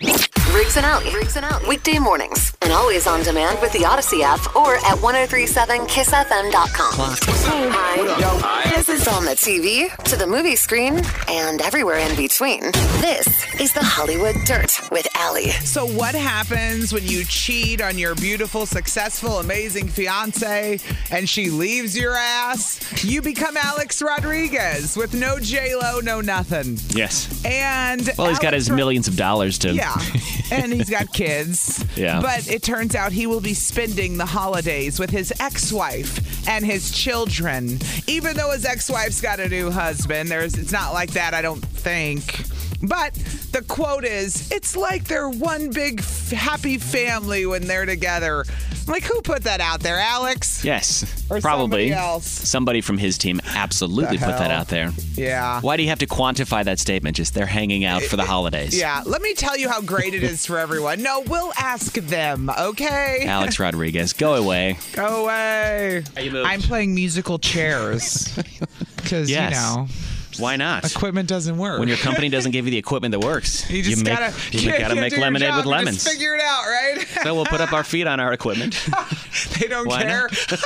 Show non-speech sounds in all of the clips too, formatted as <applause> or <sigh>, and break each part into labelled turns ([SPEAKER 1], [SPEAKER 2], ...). [SPEAKER 1] Freaks and Out. Freaks and Out. Weekday mornings. And always on demand with the Odyssey app or at 1037kissfm.com. Hi. This is on the TV, to the movie screen, and everywhere in between. This is the Hollywood Dirt with Allie.
[SPEAKER 2] So, what happens when you cheat on your beautiful, successful, amazing fiance and she leaves your ass? You become Alex Rodriguez with no J Lo, no nothing.
[SPEAKER 3] Yes.
[SPEAKER 2] And
[SPEAKER 3] Well, he's got
[SPEAKER 2] Alex
[SPEAKER 3] his
[SPEAKER 2] Ro-
[SPEAKER 3] millions of dollars to. <laughs>
[SPEAKER 2] Yeah, and he's got kids.
[SPEAKER 3] Yeah.
[SPEAKER 2] But it turns out he will be spending the holidays with his ex wife and his children. Even though his ex wife's got a new husband, there's it's not like that, I don't think. But the quote is, it's like they're one big f- happy family when they're together. I'm like, who put that out there, Alex?
[SPEAKER 3] Yes.
[SPEAKER 2] Or
[SPEAKER 3] probably.
[SPEAKER 2] somebody else.
[SPEAKER 3] Somebody from his team absolutely
[SPEAKER 2] The
[SPEAKER 3] put that
[SPEAKER 2] hell?
[SPEAKER 3] out there.
[SPEAKER 2] Yeah.
[SPEAKER 3] Why do you have to quantify that statement? Just they're hanging out for the holidays.
[SPEAKER 2] Yeah, let me tell you how great it is for everyone. No, we'll ask them, okay?
[SPEAKER 3] Alex Rodriguez, go away.
[SPEAKER 2] Go away.
[SPEAKER 3] you moved.
[SPEAKER 2] I'm playing musical chairs. Because,
[SPEAKER 3] Yes.
[SPEAKER 2] you know,
[SPEAKER 3] Why not?
[SPEAKER 2] equipment doesn't work.
[SPEAKER 3] When your company doesn't give you the equipment that works,
[SPEAKER 2] you just
[SPEAKER 3] make,
[SPEAKER 2] gotta,
[SPEAKER 3] you
[SPEAKER 2] can't- <laughs>
[SPEAKER 3] gotta
[SPEAKER 2] can't
[SPEAKER 3] make
[SPEAKER 2] do your
[SPEAKER 3] lemonade
[SPEAKER 2] job,
[SPEAKER 3] with
[SPEAKER 2] you just
[SPEAKER 3] lemons.
[SPEAKER 2] figure it out, right? <laughs>
[SPEAKER 3] So we'll put up our feet on our equipment.
[SPEAKER 2] they don't
[SPEAKER 3] Why
[SPEAKER 2] care.
[SPEAKER 3] not?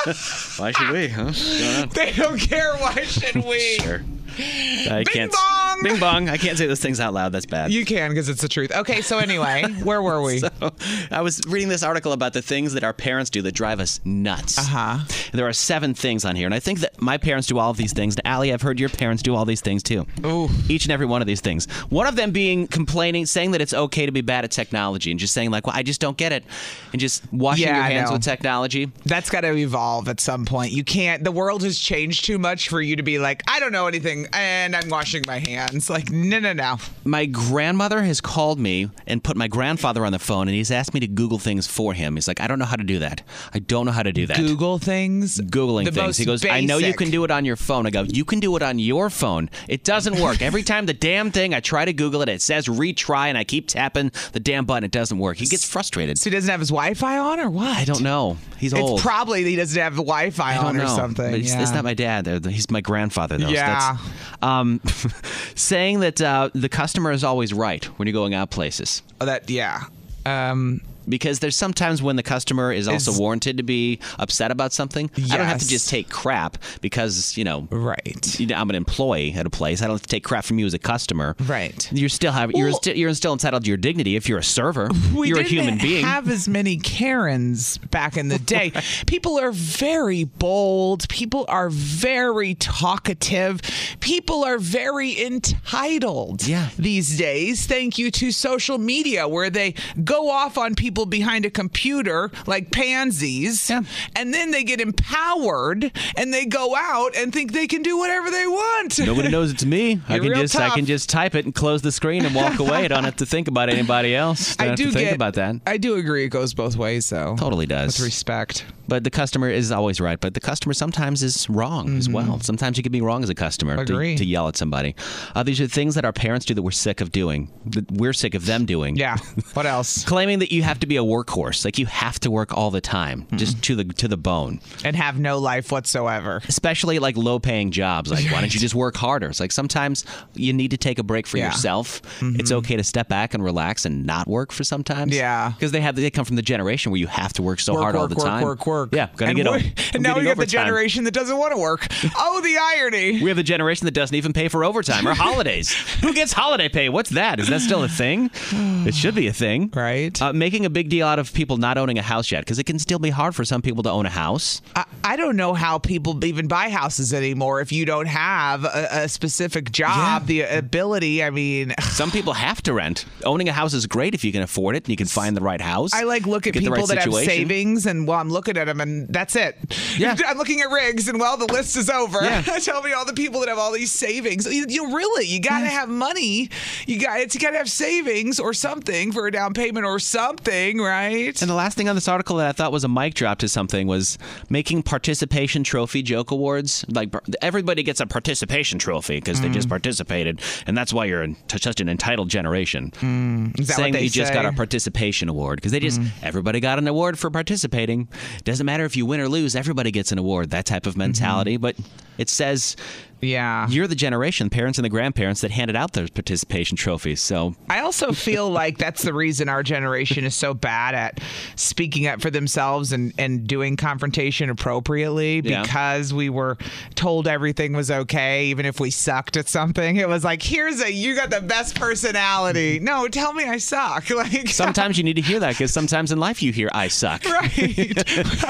[SPEAKER 3] Why should we, huh? What's going on?
[SPEAKER 2] <laughs> they don't care. Why should we?
[SPEAKER 3] <laughs> Sure. I
[SPEAKER 2] Bing
[SPEAKER 3] can't.
[SPEAKER 2] bong!
[SPEAKER 3] Bing bong. I can't say those things out loud. That's bad.
[SPEAKER 2] You can because it's the truth. Okay, so anyway, where were
[SPEAKER 3] <laughs>
[SPEAKER 2] we?
[SPEAKER 3] I was reading this article about the things that our parents do that drive us nuts. Uh
[SPEAKER 2] Uh-huh.
[SPEAKER 3] There are seven things on here, and I think that my parents do all of these things. And Allie, I've heard your parents do all these things too.
[SPEAKER 2] Ooh.
[SPEAKER 3] Each and every one of these things. One of them being complaining, saying that it's okay to be bad at technology, and just saying like, "Well, I just don't get it," and just washing
[SPEAKER 2] Yeah,
[SPEAKER 3] your
[SPEAKER 2] I
[SPEAKER 3] hands
[SPEAKER 2] know.
[SPEAKER 3] with technology.
[SPEAKER 2] That's got to evolve at some point. You can't. The world has changed too much for you to be like, I don't know anything, and I'm washing my hands. Like, no, no, no.
[SPEAKER 3] my grandmother has called me and put my grandfather on the phone and he's asked me to google things for him he's like i don't know how to do that i don't know how to do that
[SPEAKER 2] Google things.
[SPEAKER 3] googling
[SPEAKER 2] The
[SPEAKER 3] things he
[SPEAKER 2] most
[SPEAKER 3] goes i know you
[SPEAKER 2] basic.
[SPEAKER 3] can do it on your phone i go you can do it on your phone it doesn't work every time the damn thing i try to google it it says retry and i keep tapping the damn button it doesn't work he gets frustrated
[SPEAKER 2] So he doesn't have his Wi-Fi on, or what?
[SPEAKER 3] i don't know he's
[SPEAKER 2] It's
[SPEAKER 3] old
[SPEAKER 2] probably that he doesn't have the Wi-Fi
[SPEAKER 3] I don't
[SPEAKER 2] on or
[SPEAKER 3] know.
[SPEAKER 2] something.
[SPEAKER 3] But It's,
[SPEAKER 2] yeah.
[SPEAKER 3] it's not my dad. though. He's my grandfather, though. so
[SPEAKER 2] Yeah.
[SPEAKER 3] that's- um, <laughs> saying that uh, the customer is always right when you're going out places.
[SPEAKER 2] Oh, that yeah. Um,
[SPEAKER 3] because there's sometimes when the customer is also
[SPEAKER 2] Is-
[SPEAKER 3] warranted to be upset about something. I don't have to
[SPEAKER 2] Yes.
[SPEAKER 3] just take crap because you know,
[SPEAKER 2] right.
[SPEAKER 3] you know, I'm an employee at a place. I don't have to take crap from you as a customer.
[SPEAKER 2] Right.
[SPEAKER 3] You're still have you're
[SPEAKER 2] Well-
[SPEAKER 3] still you're still entitled to your dignity if you're a server.
[SPEAKER 2] <laughs> We
[SPEAKER 3] you're a
[SPEAKER 2] didn't
[SPEAKER 3] human being.
[SPEAKER 2] have as many Karens back
[SPEAKER 3] <laughs>
[SPEAKER 2] in the day. People are very bold. People are very talkative. People are very entitled
[SPEAKER 3] Yeah.
[SPEAKER 2] these days. Thank you to social media, where they go off on people behind a computer like pansies,
[SPEAKER 3] Yeah.
[SPEAKER 2] and then they get empowered and they go out and think they can do whatever they want.
[SPEAKER 3] <laughs> Nobody knows
[SPEAKER 2] <laughs>
[SPEAKER 3] it's me. I
[SPEAKER 2] You're
[SPEAKER 3] can
[SPEAKER 2] real
[SPEAKER 3] just I
[SPEAKER 2] tough.
[SPEAKER 3] can just type it and close the screen and walk away. I don't have to think about anybody else. Don't
[SPEAKER 2] I
[SPEAKER 3] have
[SPEAKER 2] do
[SPEAKER 3] to think
[SPEAKER 2] get
[SPEAKER 3] about that.
[SPEAKER 2] I do agree. It goes both ways, though.
[SPEAKER 3] Totally does.
[SPEAKER 2] With respect.
[SPEAKER 3] But the customer is always right. But the customer sometimes is wrong as well. Sometimes you can be wrong as a customer
[SPEAKER 2] Mm-hmm.
[SPEAKER 3] to,
[SPEAKER 2] Agree.
[SPEAKER 3] to yell at somebody. Uh, these are things that our parents do that we're sick of doing, that we're sick of them doing.
[SPEAKER 2] Yeah. What
[SPEAKER 3] <laughs>
[SPEAKER 2] else?
[SPEAKER 3] Claiming that you have to be a workhorse, like you have to work all the time,
[SPEAKER 2] Hmm.
[SPEAKER 3] just to the to the bone.
[SPEAKER 2] and have no life whatsoever.
[SPEAKER 3] Especially like low paying jobs. Like, why don't you just work harder? It's like sometimes you need to take a break for
[SPEAKER 2] Yeah. Mm-hmm.
[SPEAKER 3] yourself. It's okay to step back and relax and not work for sometimes.
[SPEAKER 2] Yeah.
[SPEAKER 3] because they have they come from the generation where you have to work so
[SPEAKER 2] Work,
[SPEAKER 3] hard all
[SPEAKER 2] work,
[SPEAKER 3] the
[SPEAKER 2] work,
[SPEAKER 3] time.
[SPEAKER 2] work, work.
[SPEAKER 3] Yeah,
[SPEAKER 2] <laughs>
[SPEAKER 3] gotta
[SPEAKER 2] and
[SPEAKER 3] get
[SPEAKER 2] we-
[SPEAKER 3] over.
[SPEAKER 2] And now we got the generation that doesn't want to
[SPEAKER 3] <laughs>
[SPEAKER 2] work. Oh, the irony.
[SPEAKER 3] We have the generation that doesn't even pay for overtime or holidays.
[SPEAKER 2] <laughs>
[SPEAKER 3] Who gets holiday pay? What's that? Is that still a thing? It should be a thing.
[SPEAKER 2] Right.
[SPEAKER 3] Uh, making a big deal out of people not owning a house yet because it can still be hard for some people to own a house.
[SPEAKER 2] I, I don't know how people even buy houses anymore if you don't have a, a specific job, the ability. I mean, <laughs>
[SPEAKER 3] Some people have to rent. Owning a house is great if you can afford it and you can find the right house.
[SPEAKER 2] I like look at
[SPEAKER 3] get the
[SPEAKER 2] people
[SPEAKER 3] right
[SPEAKER 2] that
[SPEAKER 3] situation.
[SPEAKER 2] have savings, and well, I'm looking at them, and that's it.
[SPEAKER 3] Yeah.
[SPEAKER 2] <laughs> I'm looking at rigs, and well, the list is over.
[SPEAKER 3] Yeah.
[SPEAKER 2] <laughs> Tell me all the people that have all these savings. You, you really, you gotta have money. You got it's gotta have savings or something for a down payment or something, right?
[SPEAKER 3] And the last thing on this article that I thought was a mic drop to something was making participation trophy joke awards. Like par- everybody gets a participation trophy because they
[SPEAKER 2] Mm.
[SPEAKER 3] just participated, and that's why you're in t- such an entitled generation.
[SPEAKER 2] Mm. Is that what
[SPEAKER 3] saying that
[SPEAKER 2] they
[SPEAKER 3] you just
[SPEAKER 2] say? Mm.
[SPEAKER 3] got a participation award because they just everybody got an award for participating.
[SPEAKER 2] Mm-hmm.
[SPEAKER 3] Doesn't matter if you win or lose, everybody gets an award. That type of mentality, but it says
[SPEAKER 2] Yeah.
[SPEAKER 3] You're the generation, parents and the grandparents, that handed out those participation trophies.
[SPEAKER 2] <laughs>
[SPEAKER 3] So
[SPEAKER 2] I also feel like that's the reason our generation is so bad at speaking up for themselves and, and doing confrontation appropriately
[SPEAKER 3] Yeah.
[SPEAKER 2] because we were told everything was okay, even if we sucked at something. It was like, here's a you got the best personality. No, tell me I suck. <laughs> Like
[SPEAKER 3] sometimes you need to hear that because sometimes in life you hear I suck.
[SPEAKER 2] right.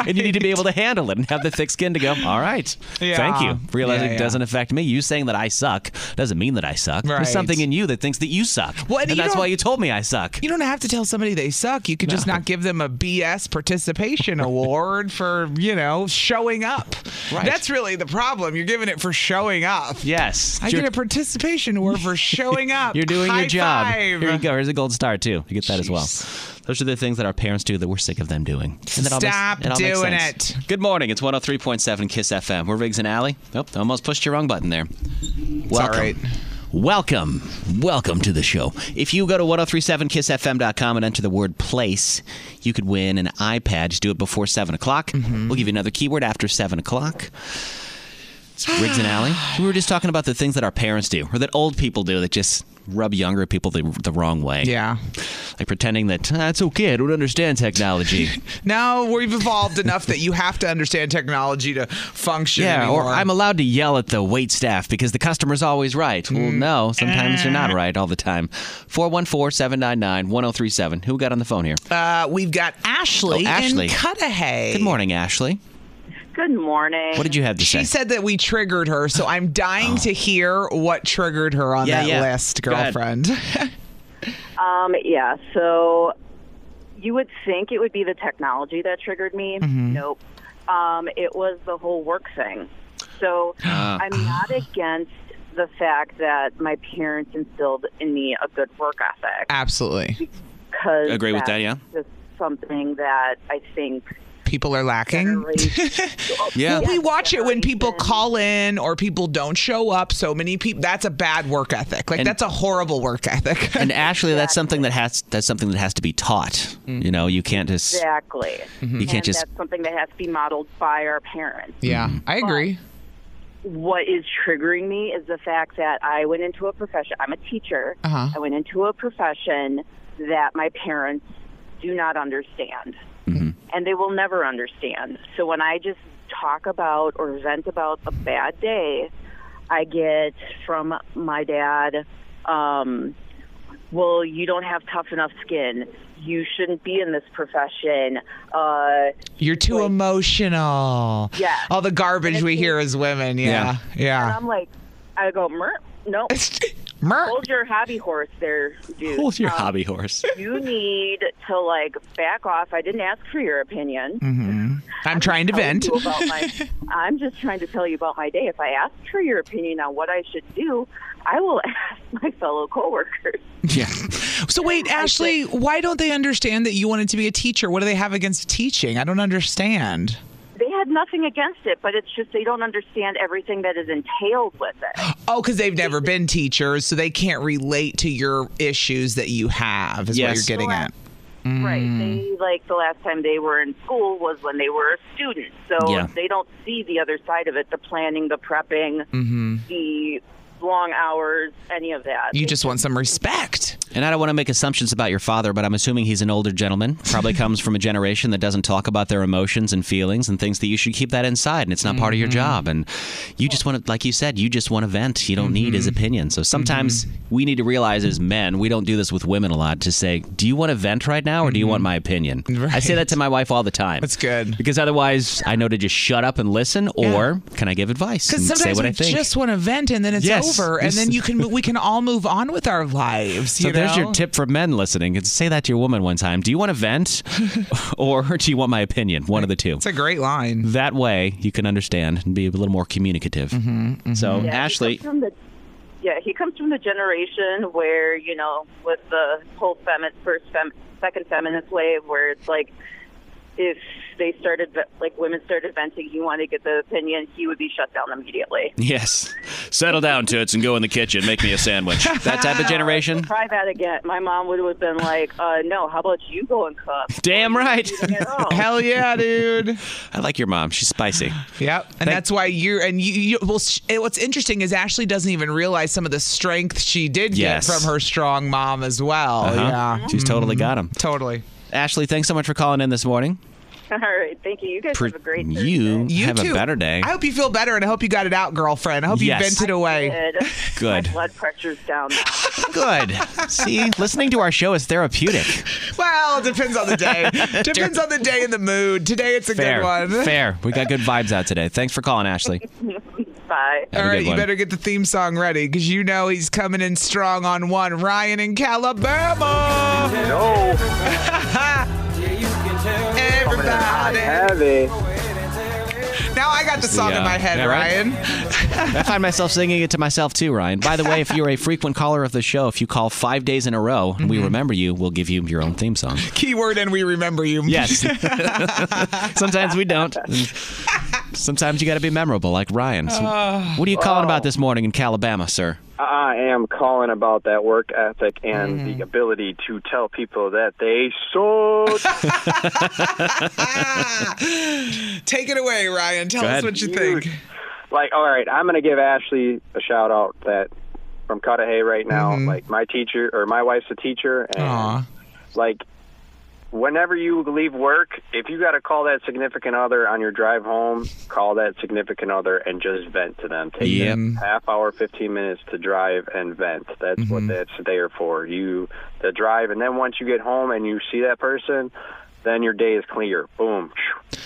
[SPEAKER 3] And you need to be able to handle it and have the thick skin to go, all right,
[SPEAKER 2] Yeah.
[SPEAKER 3] thank you. Realizing
[SPEAKER 2] Yeah, yeah.
[SPEAKER 3] it doesn't affect me. You saying that I suck doesn't mean that I suck.
[SPEAKER 2] Right.
[SPEAKER 3] There's something in you that thinks that you suck.
[SPEAKER 2] Well, and
[SPEAKER 3] and
[SPEAKER 2] you
[SPEAKER 3] that's
[SPEAKER 2] don't-
[SPEAKER 3] why you told me I suck.
[SPEAKER 2] You don't have to tell somebody they suck. You could just not give them a BS
[SPEAKER 3] <laughs>
[SPEAKER 2] participation award for, you know, showing up.
[SPEAKER 3] Right.
[SPEAKER 2] That's really the problem. You're giving it for showing up.
[SPEAKER 3] Yes.
[SPEAKER 2] I
[SPEAKER 3] You're- <laughs>
[SPEAKER 2] get a participation award for showing up.
[SPEAKER 3] You're doing
[SPEAKER 2] High
[SPEAKER 3] your job.
[SPEAKER 2] Five.
[SPEAKER 3] Here you go. Here's a gold star too. You get that as well.
[SPEAKER 2] Jeez.
[SPEAKER 3] Those are the things that our parents do that we're sick of them doing. And that all makes-
[SPEAKER 2] Stop
[SPEAKER 3] it all makes
[SPEAKER 2] doing
[SPEAKER 3] sense. Good morning. It's 103.7 Kiss FM. We're Riggs and Alley. Oh, almost pushed your wrong button there. Welcome.
[SPEAKER 2] right.
[SPEAKER 3] Welcome. Welcome to the show. If you go to 1037kissfm.com and enter the word place, you could win an iPad. Just do it before 7 o'clock. We'll give you another keyword after 7 o'clock. It's Riggs and Alley. We were just talking about the things that our parents do or that old people do that just rub younger people the, the wrong way.
[SPEAKER 2] Yeah.
[SPEAKER 3] Like pretending that "Ah, it's okay, I don't understand technology.
[SPEAKER 2] No, we've evolved enough that you have to understand technology to function.
[SPEAKER 3] yeah, or
[SPEAKER 2] anymore.
[SPEAKER 3] I'm allowed to yell at the wait staff because the customer's always right. Well, no, sometimes you're not right all the time. 414 799 1037. Who got on the phone here?
[SPEAKER 2] Uh, we've got Ashley,
[SPEAKER 3] Oh, Ashley.
[SPEAKER 2] in Cudahy.
[SPEAKER 3] Good morning, Ashley.
[SPEAKER 4] Good morning.
[SPEAKER 3] What did you have to
[SPEAKER 2] She
[SPEAKER 3] say? Oh.
[SPEAKER 2] said that we triggered her, so I'm dying to hear what triggered her on
[SPEAKER 3] Yeah,
[SPEAKER 2] that
[SPEAKER 3] yeah.
[SPEAKER 2] list,
[SPEAKER 3] Go ahead.
[SPEAKER 2] girlfriend.
[SPEAKER 3] <laughs>
[SPEAKER 4] um, yeah, so you would think it would be the technology that triggered me.
[SPEAKER 3] Mm-hmm.
[SPEAKER 4] Nope. Um, it was the whole work thing. So
[SPEAKER 3] Ah.
[SPEAKER 4] I'm not against the fact that my parents instilled in me a good work
[SPEAKER 3] Ah,
[SPEAKER 4] ethic.
[SPEAKER 2] Absolutely.
[SPEAKER 4] Because
[SPEAKER 3] Agree with that, yeah.
[SPEAKER 4] Just something that I think.
[SPEAKER 2] People are lacking.
[SPEAKER 4] genera-
[SPEAKER 3] Yeah.
[SPEAKER 2] Well, we
[SPEAKER 4] Yes,
[SPEAKER 2] watch it when people
[SPEAKER 4] generation.
[SPEAKER 2] call in or people don't show up. So many people, that's a bad work ethic. Like,
[SPEAKER 3] And-
[SPEAKER 2] that's a horrible work ethic.
[SPEAKER 3] <laughs>
[SPEAKER 2] <laughs>
[SPEAKER 3] And Ashley, that's something that has that's something that has to be taught. You know, you can't just
[SPEAKER 4] <laughs> Exactly.
[SPEAKER 3] you Mm-hmm. can't
[SPEAKER 4] And
[SPEAKER 3] just
[SPEAKER 4] that's something that has to be modeled by our parents.
[SPEAKER 2] yeah, I agree.
[SPEAKER 4] what is triggering me is the fact that I went into a profession. I'm a teacher.
[SPEAKER 2] Uh-huh.
[SPEAKER 4] I went into a profession that my parents do not understand, and they will never understand. So when I just talk about or vent about a bad day, I get from my dad, um, "Well, you don't have tough enough skin. You shouldn't be in this profession." Uh,
[SPEAKER 2] You're too emotional.
[SPEAKER 4] Yeah.
[SPEAKER 2] All the garbage we
[SPEAKER 4] it's-
[SPEAKER 2] hear as women. Yeah.
[SPEAKER 4] and
[SPEAKER 2] Yeah.
[SPEAKER 4] I'm like, I go, "Mer, no."
[SPEAKER 2] Mer-
[SPEAKER 4] Hold your hobby horse there, dude.
[SPEAKER 3] hold your
[SPEAKER 4] Um,
[SPEAKER 3] hobby horse.
[SPEAKER 4] You need to like back off. I didn't ask for your opinion.
[SPEAKER 3] Mm-hmm.
[SPEAKER 2] I'm trying to
[SPEAKER 4] Telling
[SPEAKER 2] vent. <laughs>
[SPEAKER 4] you about my, I'm just trying to tell you about my day. If I ask for your opinion on what I should do, I will <laughs> ask my fellow coworkers.
[SPEAKER 3] yeah.
[SPEAKER 2] So, wait, Ashley, why don't they understand that you wanted to be a teacher? What do they have against teaching? I don't understand.
[SPEAKER 4] They had nothing against it, but it's just they don't understand everything that is entailed with it.
[SPEAKER 2] Oh, because they've never been teachers, so they can't relate to your issues that you have, is what
[SPEAKER 3] Yes.
[SPEAKER 2] you're getting at.
[SPEAKER 4] Right. They like the last time they were in school was when they were a student. So
[SPEAKER 3] Yeah.
[SPEAKER 4] they don't see the other side of it, the planning, the prepping, the long hours, any of that.
[SPEAKER 2] You just want some respect.
[SPEAKER 3] And I don't want to make assumptions about your father, but I'm assuming he's an older gentleman. Probably comes from a generation that doesn't talk about their emotions and feelings and things that you should keep that inside and it's not part of your
[SPEAKER 2] Mm-hmm.
[SPEAKER 3] job. And you just want to, like you said, you just want to vent. You don't need
[SPEAKER 2] Mm-hmm.
[SPEAKER 3] his opinion. So sometimes we need to realize as men, we don't do this with women a lot to say, do you want to vent right now or do you want my opinion? I say that to my wife all the time.
[SPEAKER 2] Mm-hmm. That's good.
[SPEAKER 3] Because otherwise I know to just shut up and listen or can I give advice and
[SPEAKER 2] Because
[SPEAKER 3] Mm, say
[SPEAKER 2] sometimes
[SPEAKER 3] what
[SPEAKER 2] we
[SPEAKER 3] I think?
[SPEAKER 2] just want to vent, and then it's
[SPEAKER 3] Yes.
[SPEAKER 2] over, and
[SPEAKER 3] Yes.
[SPEAKER 2] then you can we can all move on with our lives.
[SPEAKER 3] So
[SPEAKER 2] you
[SPEAKER 3] there's
[SPEAKER 2] know?
[SPEAKER 3] your tip for men listening. It's say that to your woman one time. Do you want
[SPEAKER 2] <laughs>
[SPEAKER 3] to vent or do you want my opinion? One of the two.
[SPEAKER 2] It's a great line.
[SPEAKER 3] That way you can understand and be a little more communicative.
[SPEAKER 2] Mm-hmm,
[SPEAKER 3] So,
[SPEAKER 4] Yeah, he
[SPEAKER 3] Ashley,
[SPEAKER 4] comes from the- yeah, he comes from the generation where you know, with the whole feminist, first fem, second feminist wave, where it's like if they started like women started venting, he wanted to get the opinion, he would be shut down immediately.
[SPEAKER 3] Yes. Settle down, Toots, and go in the kitchen. Make me a sandwich. That
[SPEAKER 2] <laughs>
[SPEAKER 3] type of generation?
[SPEAKER 4] Try that again. My mom would have been like, uh, "No, how about you go and cook?"
[SPEAKER 3] <laughs> Damn
[SPEAKER 2] <laughs>
[SPEAKER 3] right.
[SPEAKER 4] At all.
[SPEAKER 3] <laughs>
[SPEAKER 2] Hell yeah, dude.
[SPEAKER 3] I like your mom. She's spicy.
[SPEAKER 2] Yep, and that's why you and you. you well, sh- and what's interesting is Ashley doesn't even realize some of the strength she did
[SPEAKER 3] Yes. Uh-huh.
[SPEAKER 2] get from her strong mom as well.
[SPEAKER 3] Huh?
[SPEAKER 2] Yeah,
[SPEAKER 3] She's totally got him.
[SPEAKER 2] totally.
[SPEAKER 3] Ashley, thanks so much for calling in this morning.
[SPEAKER 4] <laughs> All right, thank you. You guys have a great Thursday.
[SPEAKER 3] you,
[SPEAKER 2] You
[SPEAKER 3] have
[SPEAKER 2] too.
[SPEAKER 3] a better day.
[SPEAKER 2] I hope you feel better, and I hope you got it out, girlfriend. I hope
[SPEAKER 3] Yes.
[SPEAKER 2] you vented away.
[SPEAKER 4] Good.
[SPEAKER 3] Good.
[SPEAKER 4] My blood pressure's down. now.
[SPEAKER 2] <laughs>
[SPEAKER 3] Good. See, listening to our show is therapeutic.
[SPEAKER 2] Well, it depends on the
[SPEAKER 3] <laughs>
[SPEAKER 2] day. depends on the day and the mood. Today it's a
[SPEAKER 3] Fair.
[SPEAKER 2] good one.
[SPEAKER 3] Fair. We got good vibes out today. Thanks for calling, Ashley.
[SPEAKER 4] Bye.
[SPEAKER 3] Have
[SPEAKER 2] All
[SPEAKER 3] a good
[SPEAKER 2] right, you
[SPEAKER 3] one.
[SPEAKER 2] better get the theme song ready because you know he's coming in strong on one. Ryan in Calabama. No. <laughs> Everybody.
[SPEAKER 5] Heavy.
[SPEAKER 2] Now I got the song in
[SPEAKER 3] Yeah.
[SPEAKER 2] my head,
[SPEAKER 3] Yeah, right?
[SPEAKER 2] Ryan.
[SPEAKER 3] I find myself singing it to myself too, Ryan. By the way, if you're a frequent caller of the show, if you call five days in a row and we
[SPEAKER 2] Mm-hmm.
[SPEAKER 3] remember you, we'll give you your own theme song.
[SPEAKER 2] Keyword and we remember you.
[SPEAKER 3] Yes. <laughs> Sometimes we don't. Sometimes you got to be memorable, like Ryan. So what are you calling about this morning in Calabama, sir?
[SPEAKER 5] I am calling about that work ethic and the ability to tell people that they suck.
[SPEAKER 2] <laughs> Take it away, Ryan. Tell
[SPEAKER 3] Go
[SPEAKER 2] us
[SPEAKER 3] ahead.
[SPEAKER 2] what you
[SPEAKER 5] Huge.
[SPEAKER 2] think.
[SPEAKER 5] like, all right, I'm going to give Ashley a shout out that from Cudahy right now. Like, my teacher or my wife's a teacher, and
[SPEAKER 2] Aw.
[SPEAKER 5] like, whenever you leave work, if you got to call that significant other on your drive home, call that significant other and just vent to them. Take
[SPEAKER 3] Yep.
[SPEAKER 5] them half hour, fifteen minutes to drive and vent. That's what that's there for. You the drive, and then once you get home and you see that person. Then your day is clear. Boom.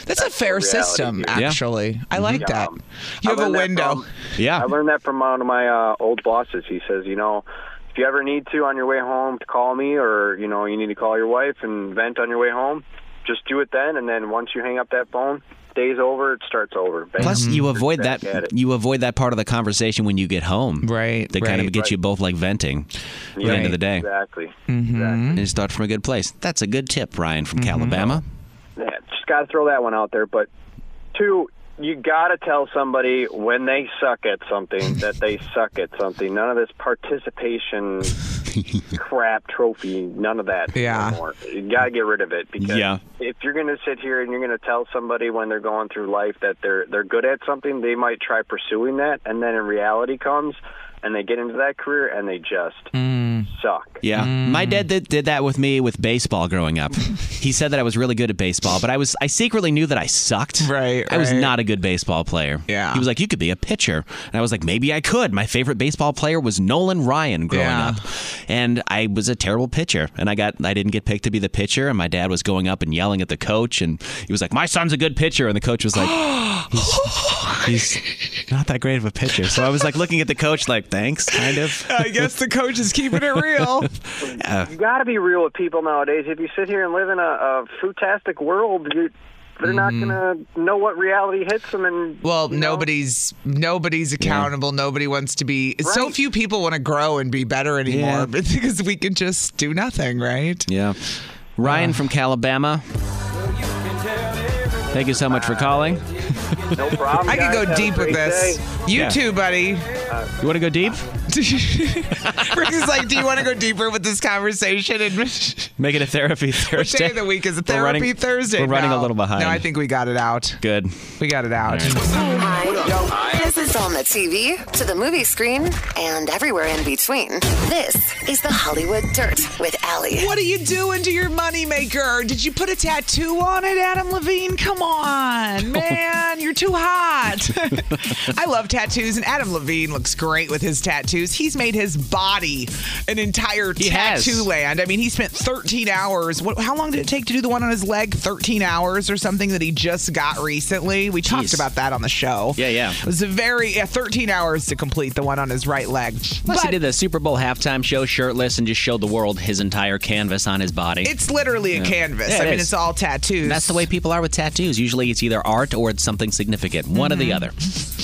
[SPEAKER 2] That's a fair
[SPEAKER 5] reality
[SPEAKER 2] system,
[SPEAKER 5] here.
[SPEAKER 3] Yeah.
[SPEAKER 2] actually. I like that.
[SPEAKER 5] Um,
[SPEAKER 2] You
[SPEAKER 5] I
[SPEAKER 2] have a
[SPEAKER 5] learned that
[SPEAKER 2] window.
[SPEAKER 5] from-
[SPEAKER 3] Yeah.
[SPEAKER 5] I learned that from one of my uh, old bosses. He says, you know, if you ever need to on your way home to call me, or you know, you need to call your wife and vent on your way home, just do it then. And then once you hang up that phone, day's over. It starts over. Bang.
[SPEAKER 2] Mm-hmm.
[SPEAKER 3] Plus, you avoid
[SPEAKER 5] back
[SPEAKER 3] that
[SPEAKER 5] at it.
[SPEAKER 3] you avoid that part of the conversation when you get home.
[SPEAKER 2] Right,
[SPEAKER 3] They kind of
[SPEAKER 2] right.
[SPEAKER 3] get you both like venting at the end of the day.
[SPEAKER 5] Exactly.
[SPEAKER 3] And you start from a good place. That's a good tip, Ryan from
[SPEAKER 2] Mm-hmm.
[SPEAKER 3] Calabama.
[SPEAKER 5] Yeah, just got to throw that one out there. But two, you got to tell somebody when they suck at something that they suck at something. None of this participation crap trophy, none of that
[SPEAKER 2] Yeah.
[SPEAKER 5] anymore. You got to get rid of it because
[SPEAKER 3] Yeah.
[SPEAKER 5] if you're going to sit here and you're going to tell somebody when they're going through life that they're they're good at something, they might try pursuing that and then in reality comes and they get into that career and they just suck.
[SPEAKER 3] Yeah, my
[SPEAKER 2] Mm.
[SPEAKER 3] dad did, did that with me with baseball growing up. he said that I was really good at baseball, but I was I secretly knew that I sucked.
[SPEAKER 2] Right,
[SPEAKER 3] I was
[SPEAKER 2] right.
[SPEAKER 3] not a good baseball player.
[SPEAKER 2] Yeah.
[SPEAKER 3] he was like, you could be a pitcher, and I was like, maybe I could. My favorite baseball player was Nolan Ryan growing
[SPEAKER 2] Yeah.
[SPEAKER 3] up, and I was a terrible pitcher, and I got I didn't get picked to be the pitcher, and my dad was going up and yelling at the coach, and he was like, my son's a good pitcher, and the
[SPEAKER 2] <gasps>
[SPEAKER 3] coach was like. he's, he's not that great of a pitcher. So I was like looking at the coach, like, thanks, kind of.
[SPEAKER 2] <laughs> I guess the coach is keeping it <laughs> real.
[SPEAKER 5] you got to be real with people nowadays. If you sit here and live in a, a fantastic world, you, they're not
[SPEAKER 3] Mm-hmm.
[SPEAKER 5] going to know what reality hits them. And
[SPEAKER 2] Well,
[SPEAKER 5] you know,
[SPEAKER 2] nobody's nobody's accountable. Nobody wants to be. So
[SPEAKER 5] Right.
[SPEAKER 2] few people want to grow and be better anymore
[SPEAKER 3] Yeah.
[SPEAKER 2] but <laughs> because we can just do nothing, right?
[SPEAKER 3] Yeah. Ryan from Calabama. Thank you so much for calling.
[SPEAKER 5] <laughs> no problem.
[SPEAKER 2] I could
[SPEAKER 5] guys.
[SPEAKER 2] go
[SPEAKER 5] Have a
[SPEAKER 2] deep with
[SPEAKER 5] great
[SPEAKER 2] this.
[SPEAKER 5] day.
[SPEAKER 2] You
[SPEAKER 3] Yeah.
[SPEAKER 2] too, buddy. <laughs>
[SPEAKER 3] You want to go deep?
[SPEAKER 2] Rick is like, do you want to go deeper with this conversation? And <laughs> which
[SPEAKER 3] Make it
[SPEAKER 2] <laughs>
[SPEAKER 3] a therapy
[SPEAKER 2] day
[SPEAKER 3] Thursday.
[SPEAKER 2] of the week is a
[SPEAKER 3] We're
[SPEAKER 2] therapy
[SPEAKER 3] running-
[SPEAKER 2] Thursday.
[SPEAKER 3] we're running a
[SPEAKER 2] No.
[SPEAKER 3] little behind.
[SPEAKER 2] No, I think we got it out.
[SPEAKER 3] Good.
[SPEAKER 2] We got it out.
[SPEAKER 1] Hi. This is on the TV, to the movie screen, and everywhere in between. This is the Hollywood Dirt with Allie.
[SPEAKER 2] What are you doing to your moneymaker? Did you put a tattoo on it, Adam Levine? Come on, man. You're too hot. <laughs> I love tattoos, and Adam Levine looks great with his tattoos. He's made his body an entire
[SPEAKER 3] He has.
[SPEAKER 2] tattoo land. I mean, he spent 13 hours. What, how long did it take to do the one on his leg? 13 hours or something that he just got recently. We talked
[SPEAKER 3] Jeez.
[SPEAKER 2] about that on the show.
[SPEAKER 3] Yeah, yeah.
[SPEAKER 2] It was a very, yeah, 13 hours to complete the one on his right leg.
[SPEAKER 3] Plus, he
[SPEAKER 2] But-
[SPEAKER 3] did the Super Bowl halftime show shirtless and just showed the world his entire canvas on his body.
[SPEAKER 2] It's literally a canvas.
[SPEAKER 3] Yeah, it
[SPEAKER 2] I mean,
[SPEAKER 3] is.
[SPEAKER 2] it's all tattoos.
[SPEAKER 3] And that's the way people are with tattoos. Usually, it's either art or it's something significant. One or the other.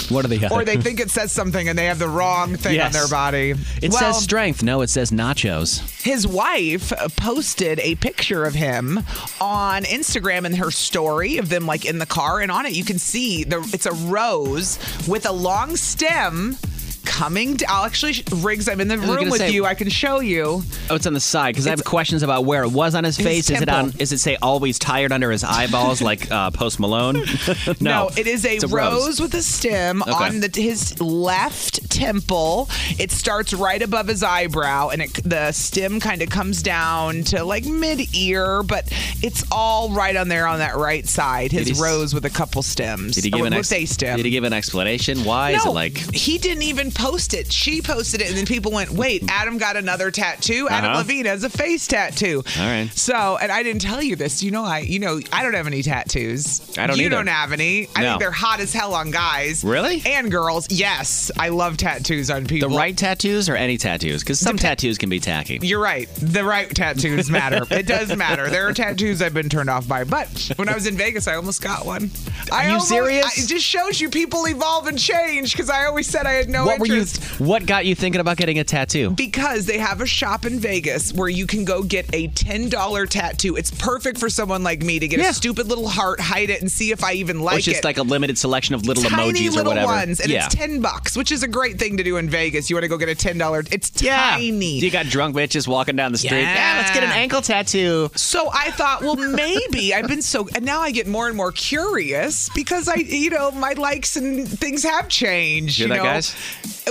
[SPEAKER 3] One or the other.
[SPEAKER 2] Or they think it says something and they have the wrong thing
[SPEAKER 3] Yes.
[SPEAKER 2] on their body.
[SPEAKER 3] it
[SPEAKER 2] well,
[SPEAKER 3] says strength. No, it says nachos.
[SPEAKER 2] His wife posted a picture of him on Instagram in her story of them like in the car, and on it you can see the it's a rose with a long stem coming. d- I'll actually, sh- Riggs, I'm in the
[SPEAKER 6] was
[SPEAKER 2] room
[SPEAKER 6] gonna
[SPEAKER 2] with
[SPEAKER 6] say-
[SPEAKER 2] you. I can show you.
[SPEAKER 6] Oh, it's on the side because I have questions about where it was on his face. Is it
[SPEAKER 2] temple.
[SPEAKER 6] on?
[SPEAKER 3] Is it say always tired under his eyeballs like uh, Post Malone?
[SPEAKER 2] <laughs>
[SPEAKER 3] <laughs> no,
[SPEAKER 2] No, it is a,
[SPEAKER 3] It's
[SPEAKER 2] rose. with a stem on the, his left temple. It starts right above his eyebrow, and it, the stem kind of comes down to like mid ear, but it's all right on there on that right side. His
[SPEAKER 3] Did he s-
[SPEAKER 2] rose with a couple stems.
[SPEAKER 3] Did he give
[SPEAKER 2] oh,
[SPEAKER 3] an
[SPEAKER 2] it
[SPEAKER 3] ex-
[SPEAKER 2] looked a stem.
[SPEAKER 3] Did he give an explanation? Why is it like?
[SPEAKER 2] he didn't even post it. She posted it, and then people went, "Wait, Adam got another tattoo. Adam
[SPEAKER 3] Uh-huh.
[SPEAKER 2] Levine has a face tattoo."
[SPEAKER 3] All right.
[SPEAKER 2] So, and I didn't tell you this. You know, I you know I don't have any tattoos.
[SPEAKER 3] I don't
[SPEAKER 2] You
[SPEAKER 3] either.
[SPEAKER 2] don't have any. I
[SPEAKER 3] No.
[SPEAKER 2] think they're hot as hell on guys.
[SPEAKER 3] Really?
[SPEAKER 2] And girls. Yes, I love tattoos on
[SPEAKER 3] The
[SPEAKER 2] people.
[SPEAKER 3] right tattoos or any tattoos? Because some tattoos can be tacky.
[SPEAKER 2] You're right. The right tattoos
[SPEAKER 3] <laughs>
[SPEAKER 2] matter. it does matter. There are tattoos I've been turned off by, but when I was in Vegas, I almost got one. I
[SPEAKER 3] you
[SPEAKER 2] almost-
[SPEAKER 3] serious?
[SPEAKER 2] I- it just shows you people evolve and change because I always said I had no
[SPEAKER 3] what were you?
[SPEAKER 2] interest.
[SPEAKER 3] What got you thinking about getting a tattoo?
[SPEAKER 2] Because they have a shop in Vegas where you can go get a $10 tattoo. It's perfect for someone like me to get
[SPEAKER 3] Yeah.
[SPEAKER 2] a stupid little heart, hide it, and see if I even like
[SPEAKER 3] It's just
[SPEAKER 2] it.
[SPEAKER 3] like a limited selection of little
[SPEAKER 2] tiny
[SPEAKER 3] emojis
[SPEAKER 2] little
[SPEAKER 3] or whatever.
[SPEAKER 2] ones, and
[SPEAKER 3] yeah.
[SPEAKER 2] it's 10 bucks, which is a great thing to do in Vegas. You want to go get a $10. It's
[SPEAKER 3] yeah.
[SPEAKER 2] tiny.
[SPEAKER 3] You got drunk bitches walking down the street.
[SPEAKER 2] Yeah.
[SPEAKER 3] yeah let's get an ankle tattoo.
[SPEAKER 2] So I thought, well, maybe I've been so, and now I get more and more curious because I, you know, my likes and things have changed.
[SPEAKER 3] Hear
[SPEAKER 2] you
[SPEAKER 3] that,
[SPEAKER 2] know?
[SPEAKER 3] guys?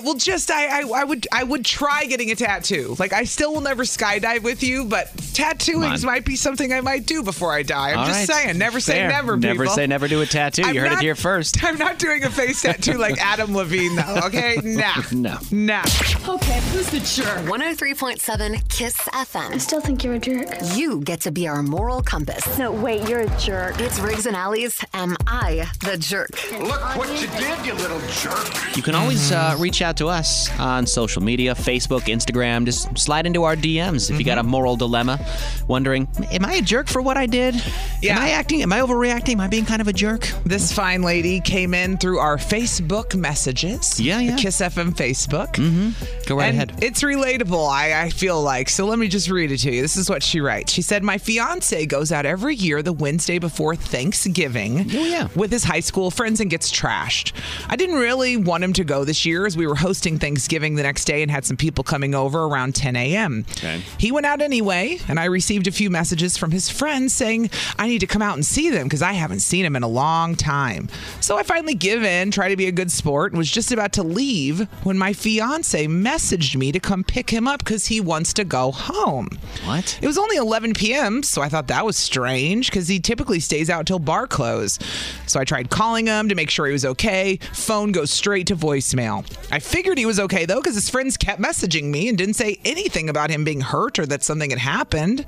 [SPEAKER 2] Well, just I, I, I would, I would try getting a tattoo. Like I still will never skydive with you, but tattooings
[SPEAKER 3] on.
[SPEAKER 2] might be something I might do before I die. I'm
[SPEAKER 3] All
[SPEAKER 2] just
[SPEAKER 3] right.
[SPEAKER 2] saying, never say
[SPEAKER 3] Fair.
[SPEAKER 2] never.
[SPEAKER 3] Never
[SPEAKER 2] people.
[SPEAKER 3] say never to a tattoo.
[SPEAKER 2] I'm
[SPEAKER 3] you heard
[SPEAKER 2] not-
[SPEAKER 3] it here first.
[SPEAKER 2] <laughs> I'm not doing a face tattoo like Adam Levine, though. Okay,
[SPEAKER 3] <laughs>
[SPEAKER 2] nah,
[SPEAKER 3] No.
[SPEAKER 2] nah.
[SPEAKER 7] Okay, who's the jerk?
[SPEAKER 1] 103.7 Kiss FM.
[SPEAKER 8] Still think you're a jerk.
[SPEAKER 1] You get to be our moral compass.
[SPEAKER 9] No, wait, you're a jerk.
[SPEAKER 1] It's Riggs and Allies. Am I the jerk?
[SPEAKER 10] Look what you did, you little jerk.
[SPEAKER 3] You can always uh,
[SPEAKER 2] Mm-hmm.
[SPEAKER 3] reach out to us on social media Facebook, Instagram. Just slide into our DMs if you got a
[SPEAKER 2] Mm-hmm.
[SPEAKER 3] moral dilemma, wondering, am I a jerk for what I did?
[SPEAKER 2] Yeah.
[SPEAKER 3] Am I acting? Am I overreacting? Am I being kind of a jerk?
[SPEAKER 2] This fine lady came in through our Facebook messages.
[SPEAKER 3] Yeah, yeah.
[SPEAKER 2] The Kiss FM Facebook. Mm-hmm.
[SPEAKER 3] Go right
[SPEAKER 2] and
[SPEAKER 3] ahead.
[SPEAKER 2] It's relatable, I, I feel like. So let me just read it to you. This is what she writes. She said, My fiance goes out every year the Wednesday before Thanksgiving
[SPEAKER 3] Oh, yeah.
[SPEAKER 2] with his high school friends and gets trashed. I didn't really want him to go this year as we were hosting Thanksgiving the next day and had some people coming over around 10 a.m.
[SPEAKER 3] Okay.
[SPEAKER 2] He went out anyway, and I received a few messages from his friends saying, I need to come out and see them because I haven't seen him in a long time. So I finally give in, try to be a good sport, and was just about to leave when my fiance messaged me to come pick him up because he wants to go home.
[SPEAKER 3] What?
[SPEAKER 2] It was only 11 p.m., so I thought that was strange because he typically stays out till bar close. So I tried calling him to make sure he was okay. Phone goes straight to voicemail. I figured he was okay though because his friends kept messaging me and didn't say anything about him being hurt or that something had happened.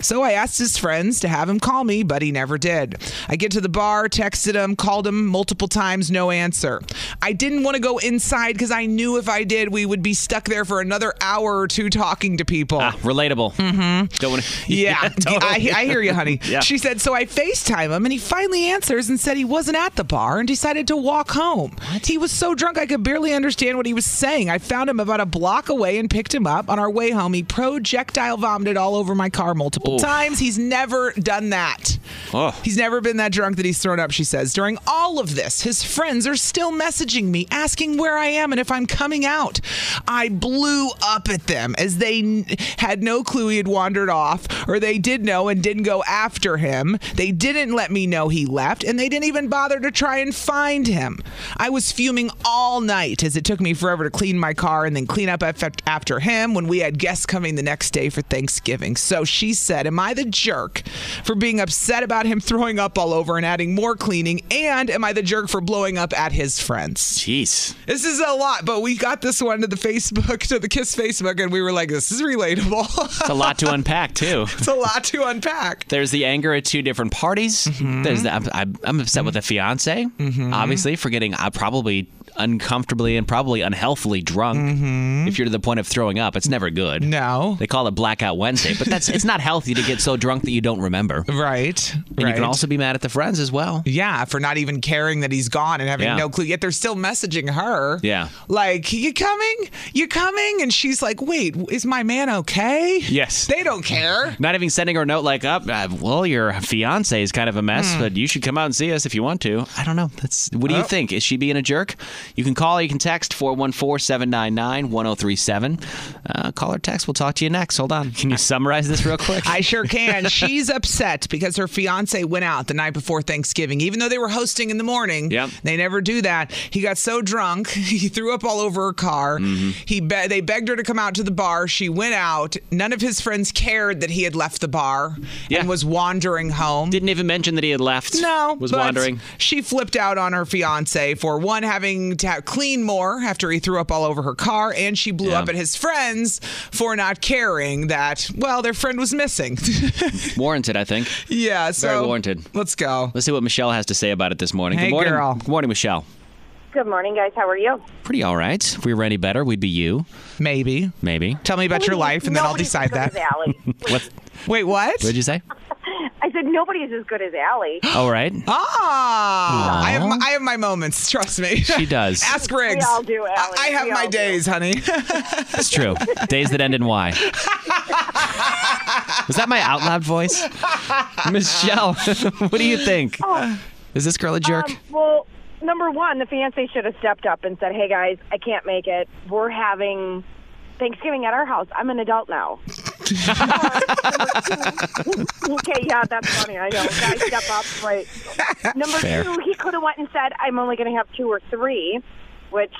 [SPEAKER 2] So I asked his friends to have him call me, but he never did. I get to the bar, texted him, called him multiple times, no answer. I didn't want to go inside because I knew if I did, we would be stuck there for another hour or two talking to people.
[SPEAKER 3] Ah, relatable. Mm-hmm. Don't want to.
[SPEAKER 2] <laughs> Yeah,
[SPEAKER 3] totally.
[SPEAKER 2] I, I hear you, honey.
[SPEAKER 3] <laughs> Yeah.
[SPEAKER 2] She said, so I FaceTime him and he finally answers and said he wasn't at the bar and decided to walk home. He was so drunk I could barely understand what he was saying. I found him about a block away and picked him up. On our way home, he projectile vomited all over my car multiple
[SPEAKER 3] Oof.
[SPEAKER 2] times. He's never done that.
[SPEAKER 3] Oh.
[SPEAKER 2] He's never been that drunk that he's thrown up, she says. During all of this, his friends are still messaging me, asking where I am and if I'm coming out. I blew up at them as they n- had no clue he had wandered off, or they did know and didn't go after him. They didn't let me know he left, and they didn't even bother to try and find him. I was fuming all night as it took me forever to clean my car and then clean up af- after him when we had guests coming the next day for Thanksgiving. So she said, Am I the jerk for being upset about him throwing up all over and adding more cleaning? And am I the jerk for blowing up at his friends?
[SPEAKER 3] Jeez.
[SPEAKER 2] This is a lot, but we got this one to the Facebook, to the Kiss Facebook, and we were like, This is relatable. <laughs>
[SPEAKER 3] It's a lot to unpack, too.
[SPEAKER 2] it's a lot to unpack.
[SPEAKER 3] There's the anger at two different
[SPEAKER 2] Mm-hmm.
[SPEAKER 3] parties. There's the, I'm, I'm, I'm upset with the fiance, obviously, for getting uh, probably uncomfortably and probably unhealthily drunk.
[SPEAKER 2] Mm-hmm.
[SPEAKER 3] If you're to the point of throwing up, it's never good.
[SPEAKER 2] No.
[SPEAKER 3] They call it Blackout Wednesday, but that's it's not healthy to get so drunk that you don't remember.
[SPEAKER 2] Right.
[SPEAKER 3] And you
[SPEAKER 2] right.
[SPEAKER 3] can also be mad at the friends as well.
[SPEAKER 2] Yeah, for not even caring that he's gone and having
[SPEAKER 3] Yeah.
[SPEAKER 2] no clue. Yet they're still messaging her.
[SPEAKER 3] Yeah.
[SPEAKER 2] Like, you coming? You coming? And she's like, wait, is my man okay?
[SPEAKER 3] Yes.
[SPEAKER 2] They don't care.
[SPEAKER 3] Not even sending her a note like, "Up, uh, well, your fiance is kind of a mess, but you should come out and see us if you want to." I don't know. That's what do you think? Is she being a jerk? You can call. or You can text 414-799-1037. Uh, call or text. We'll talk to you next. Hold on. Can you summarize this real <laughs> quick?
[SPEAKER 2] I sure can. She's upset because her fiance went out the night before Thanksgiving, even though they were hosting in the morning.
[SPEAKER 3] Yep.
[SPEAKER 2] They never do that. He got so drunk, <laughs> he threw up all over her car.
[SPEAKER 3] Mm-hmm.
[SPEAKER 2] He be- they begged her to come out to the bar. She went out. None of his friends cared that he had left the bar
[SPEAKER 3] Yeah.
[SPEAKER 2] and was wandering home.
[SPEAKER 3] didn't even mention that he had left.
[SPEAKER 2] No,
[SPEAKER 3] was
[SPEAKER 2] but
[SPEAKER 3] wandering.
[SPEAKER 2] She flipped out on her fiance for one having to ha- clean more after he threw up all over her car, and she blew
[SPEAKER 3] Yeah.
[SPEAKER 2] up at his friends for not caring that well their friend was missing. <laughs>
[SPEAKER 3] Warranted, I think.
[SPEAKER 2] yeah, so
[SPEAKER 3] warranted.
[SPEAKER 2] Let's go.
[SPEAKER 3] Let's see what Michelle has to say about it this morning.
[SPEAKER 2] Hey,
[SPEAKER 3] Good morning.
[SPEAKER 2] girl.
[SPEAKER 3] Good morning, Michelle.
[SPEAKER 4] Good morning, guys. How are you?
[SPEAKER 3] Pretty all right. If we were any better, we'd be you,
[SPEAKER 2] Maybe
[SPEAKER 3] maybe.
[SPEAKER 2] tell me about your life, and then I'll
[SPEAKER 4] Nobody's
[SPEAKER 2] decide that.
[SPEAKER 4] as good
[SPEAKER 2] <laughs>
[SPEAKER 4] as Allie.
[SPEAKER 3] What
[SPEAKER 2] Wait, what?
[SPEAKER 3] did you <gasps> say?
[SPEAKER 4] I said nobody's as good as Allie.
[SPEAKER 3] All right.
[SPEAKER 2] Ah, I have my, I have my moments. Trust me,
[SPEAKER 3] She does.
[SPEAKER 2] <laughs> Ask Riggs.
[SPEAKER 4] all do,
[SPEAKER 2] I-
[SPEAKER 4] Alex.
[SPEAKER 2] I, have
[SPEAKER 4] We
[SPEAKER 2] my
[SPEAKER 4] all do.
[SPEAKER 2] days,
[SPEAKER 3] <laughs>
[SPEAKER 2] honey.
[SPEAKER 3] It's true. Days that end in <laughs> Y. Was that my out loud voice? Michelle, <laughs> what do you think? Is this girl a jerk?
[SPEAKER 4] Um, well, number one, the fiance should have stepped up and said, "Hey guys, I can't make it. We're having Thanksgiving at our house. I'm an
[SPEAKER 2] <laughs>
[SPEAKER 4] adult now." Uh, okay, yeah, that's funny. I know. Guys, step up. Right. Number
[SPEAKER 3] Fair.
[SPEAKER 4] two, he could have went and said, "I'm only going to have two or three. Which,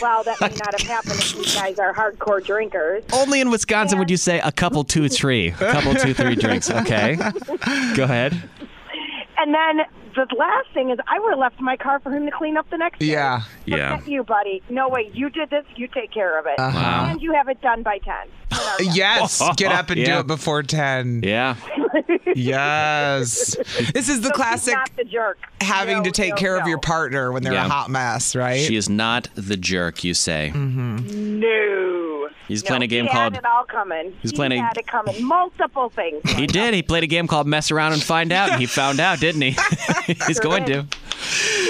[SPEAKER 4] well, that may not have happened if you guys are hardcore drinkers.
[SPEAKER 3] Only in Wisconsin would you say a couple, two, three. A couple, two, three drinks. Okay. Go ahead.
[SPEAKER 4] And then the last thing is, I would have left my car for him to clean up the next day.
[SPEAKER 2] yeah.
[SPEAKER 3] Yeah.
[SPEAKER 4] Forget you, buddy. No way. You did this. You take care of it.
[SPEAKER 2] Uh-huh.
[SPEAKER 4] And you have it done by 10.
[SPEAKER 2] Yes. Get up and do
[SPEAKER 3] Yeah.
[SPEAKER 2] it before ten.
[SPEAKER 3] Yeah.
[SPEAKER 4] <laughs>
[SPEAKER 2] Yes. This is the classic
[SPEAKER 4] Not the jerk.
[SPEAKER 2] having
[SPEAKER 4] No,
[SPEAKER 2] to take
[SPEAKER 4] no,
[SPEAKER 2] care of
[SPEAKER 4] no.
[SPEAKER 2] your partner when they're
[SPEAKER 3] Yeah.
[SPEAKER 2] a hot mess, right?
[SPEAKER 3] She is not the jerk, you say.
[SPEAKER 4] No.
[SPEAKER 3] He's
[SPEAKER 4] No,
[SPEAKER 3] playing a game
[SPEAKER 4] he
[SPEAKER 3] called.
[SPEAKER 4] Had it all coming.
[SPEAKER 3] He's
[SPEAKER 4] he
[SPEAKER 3] playing a-
[SPEAKER 4] Had it coming. Multiple things.
[SPEAKER 3] He did. He played a game called Mess Around and Find
[SPEAKER 2] <laughs>
[SPEAKER 3] Out, and he found out, didn't he? <laughs> He's going to.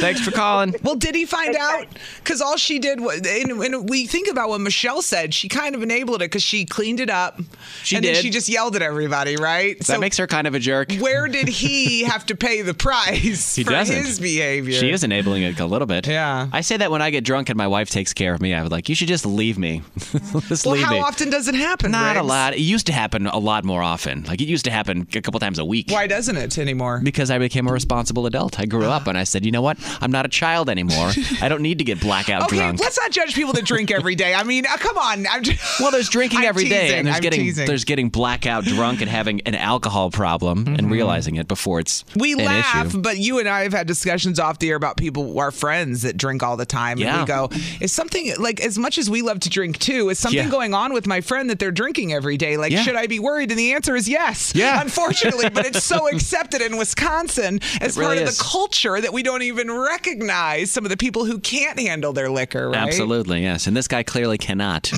[SPEAKER 3] Thanks for calling.
[SPEAKER 2] well, did he find out? Because all she did was, and, and we think about what Michelle said. She kind of enabled it because she cleaned it up,
[SPEAKER 3] She
[SPEAKER 2] and then
[SPEAKER 3] did.
[SPEAKER 2] she just yelled at everybody, right?
[SPEAKER 3] That makes her kind of a jerk.
[SPEAKER 2] where did he <laughs> have to pay the price
[SPEAKER 3] He
[SPEAKER 2] for
[SPEAKER 3] doesn't.
[SPEAKER 2] his behavior?
[SPEAKER 3] She is enabling it a little bit.
[SPEAKER 2] Yeah.
[SPEAKER 3] I say that when I get drunk and my wife takes care of me. I'm like, you should just leave me. <laughs> just
[SPEAKER 2] Well,
[SPEAKER 3] leave
[SPEAKER 2] how
[SPEAKER 3] me.
[SPEAKER 2] often does it happen?
[SPEAKER 3] Not a
[SPEAKER 2] Riggs?
[SPEAKER 3] lot. It used to happen a lot more often. Like it used to happen a couple times a week.
[SPEAKER 2] Why doesn't it anymore?
[SPEAKER 3] Because I became a responsible adult. I grew up
[SPEAKER 2] Ah.
[SPEAKER 3] and I said, you know what? I'm not a child
[SPEAKER 2] <laughs>
[SPEAKER 3] anymore. I don't need to get blackout
[SPEAKER 2] Okay,
[SPEAKER 3] drunk.
[SPEAKER 2] let's not judge people that drink every day. I mean, uh, come on. I'm <laughs> just,
[SPEAKER 3] Well, there's drinking
[SPEAKER 2] I'm
[SPEAKER 3] every day,
[SPEAKER 2] teasing,
[SPEAKER 3] and there's
[SPEAKER 2] I'm
[SPEAKER 3] getting
[SPEAKER 2] teasing.
[SPEAKER 3] there's getting blackout drunk and having an alcohol problem and realizing it before it's
[SPEAKER 2] Mm-hmm. We
[SPEAKER 3] an
[SPEAKER 2] laugh,
[SPEAKER 3] issue.
[SPEAKER 2] but you and I have had discussions off the air about people, our friends that drink all the time. And
[SPEAKER 3] Yeah.
[SPEAKER 2] we go, is something like, as much as we love to drink too, is something
[SPEAKER 3] Yeah.
[SPEAKER 2] going on with my friend that they're drinking every day? Like,
[SPEAKER 3] Yeah.
[SPEAKER 2] should I be worried? And the answer is yes.
[SPEAKER 3] Yeah.
[SPEAKER 2] Unfortunately, but it's
[SPEAKER 3] <laughs>
[SPEAKER 2] so accepted in Wisconsin as
[SPEAKER 3] really
[SPEAKER 2] part of
[SPEAKER 3] is.
[SPEAKER 2] the culture that we don't even recognize some of the people who can't handle their liquor, right?
[SPEAKER 3] Absolutely, yes. And this guy
[SPEAKER 2] <laughs>
[SPEAKER 3] clearly cannot.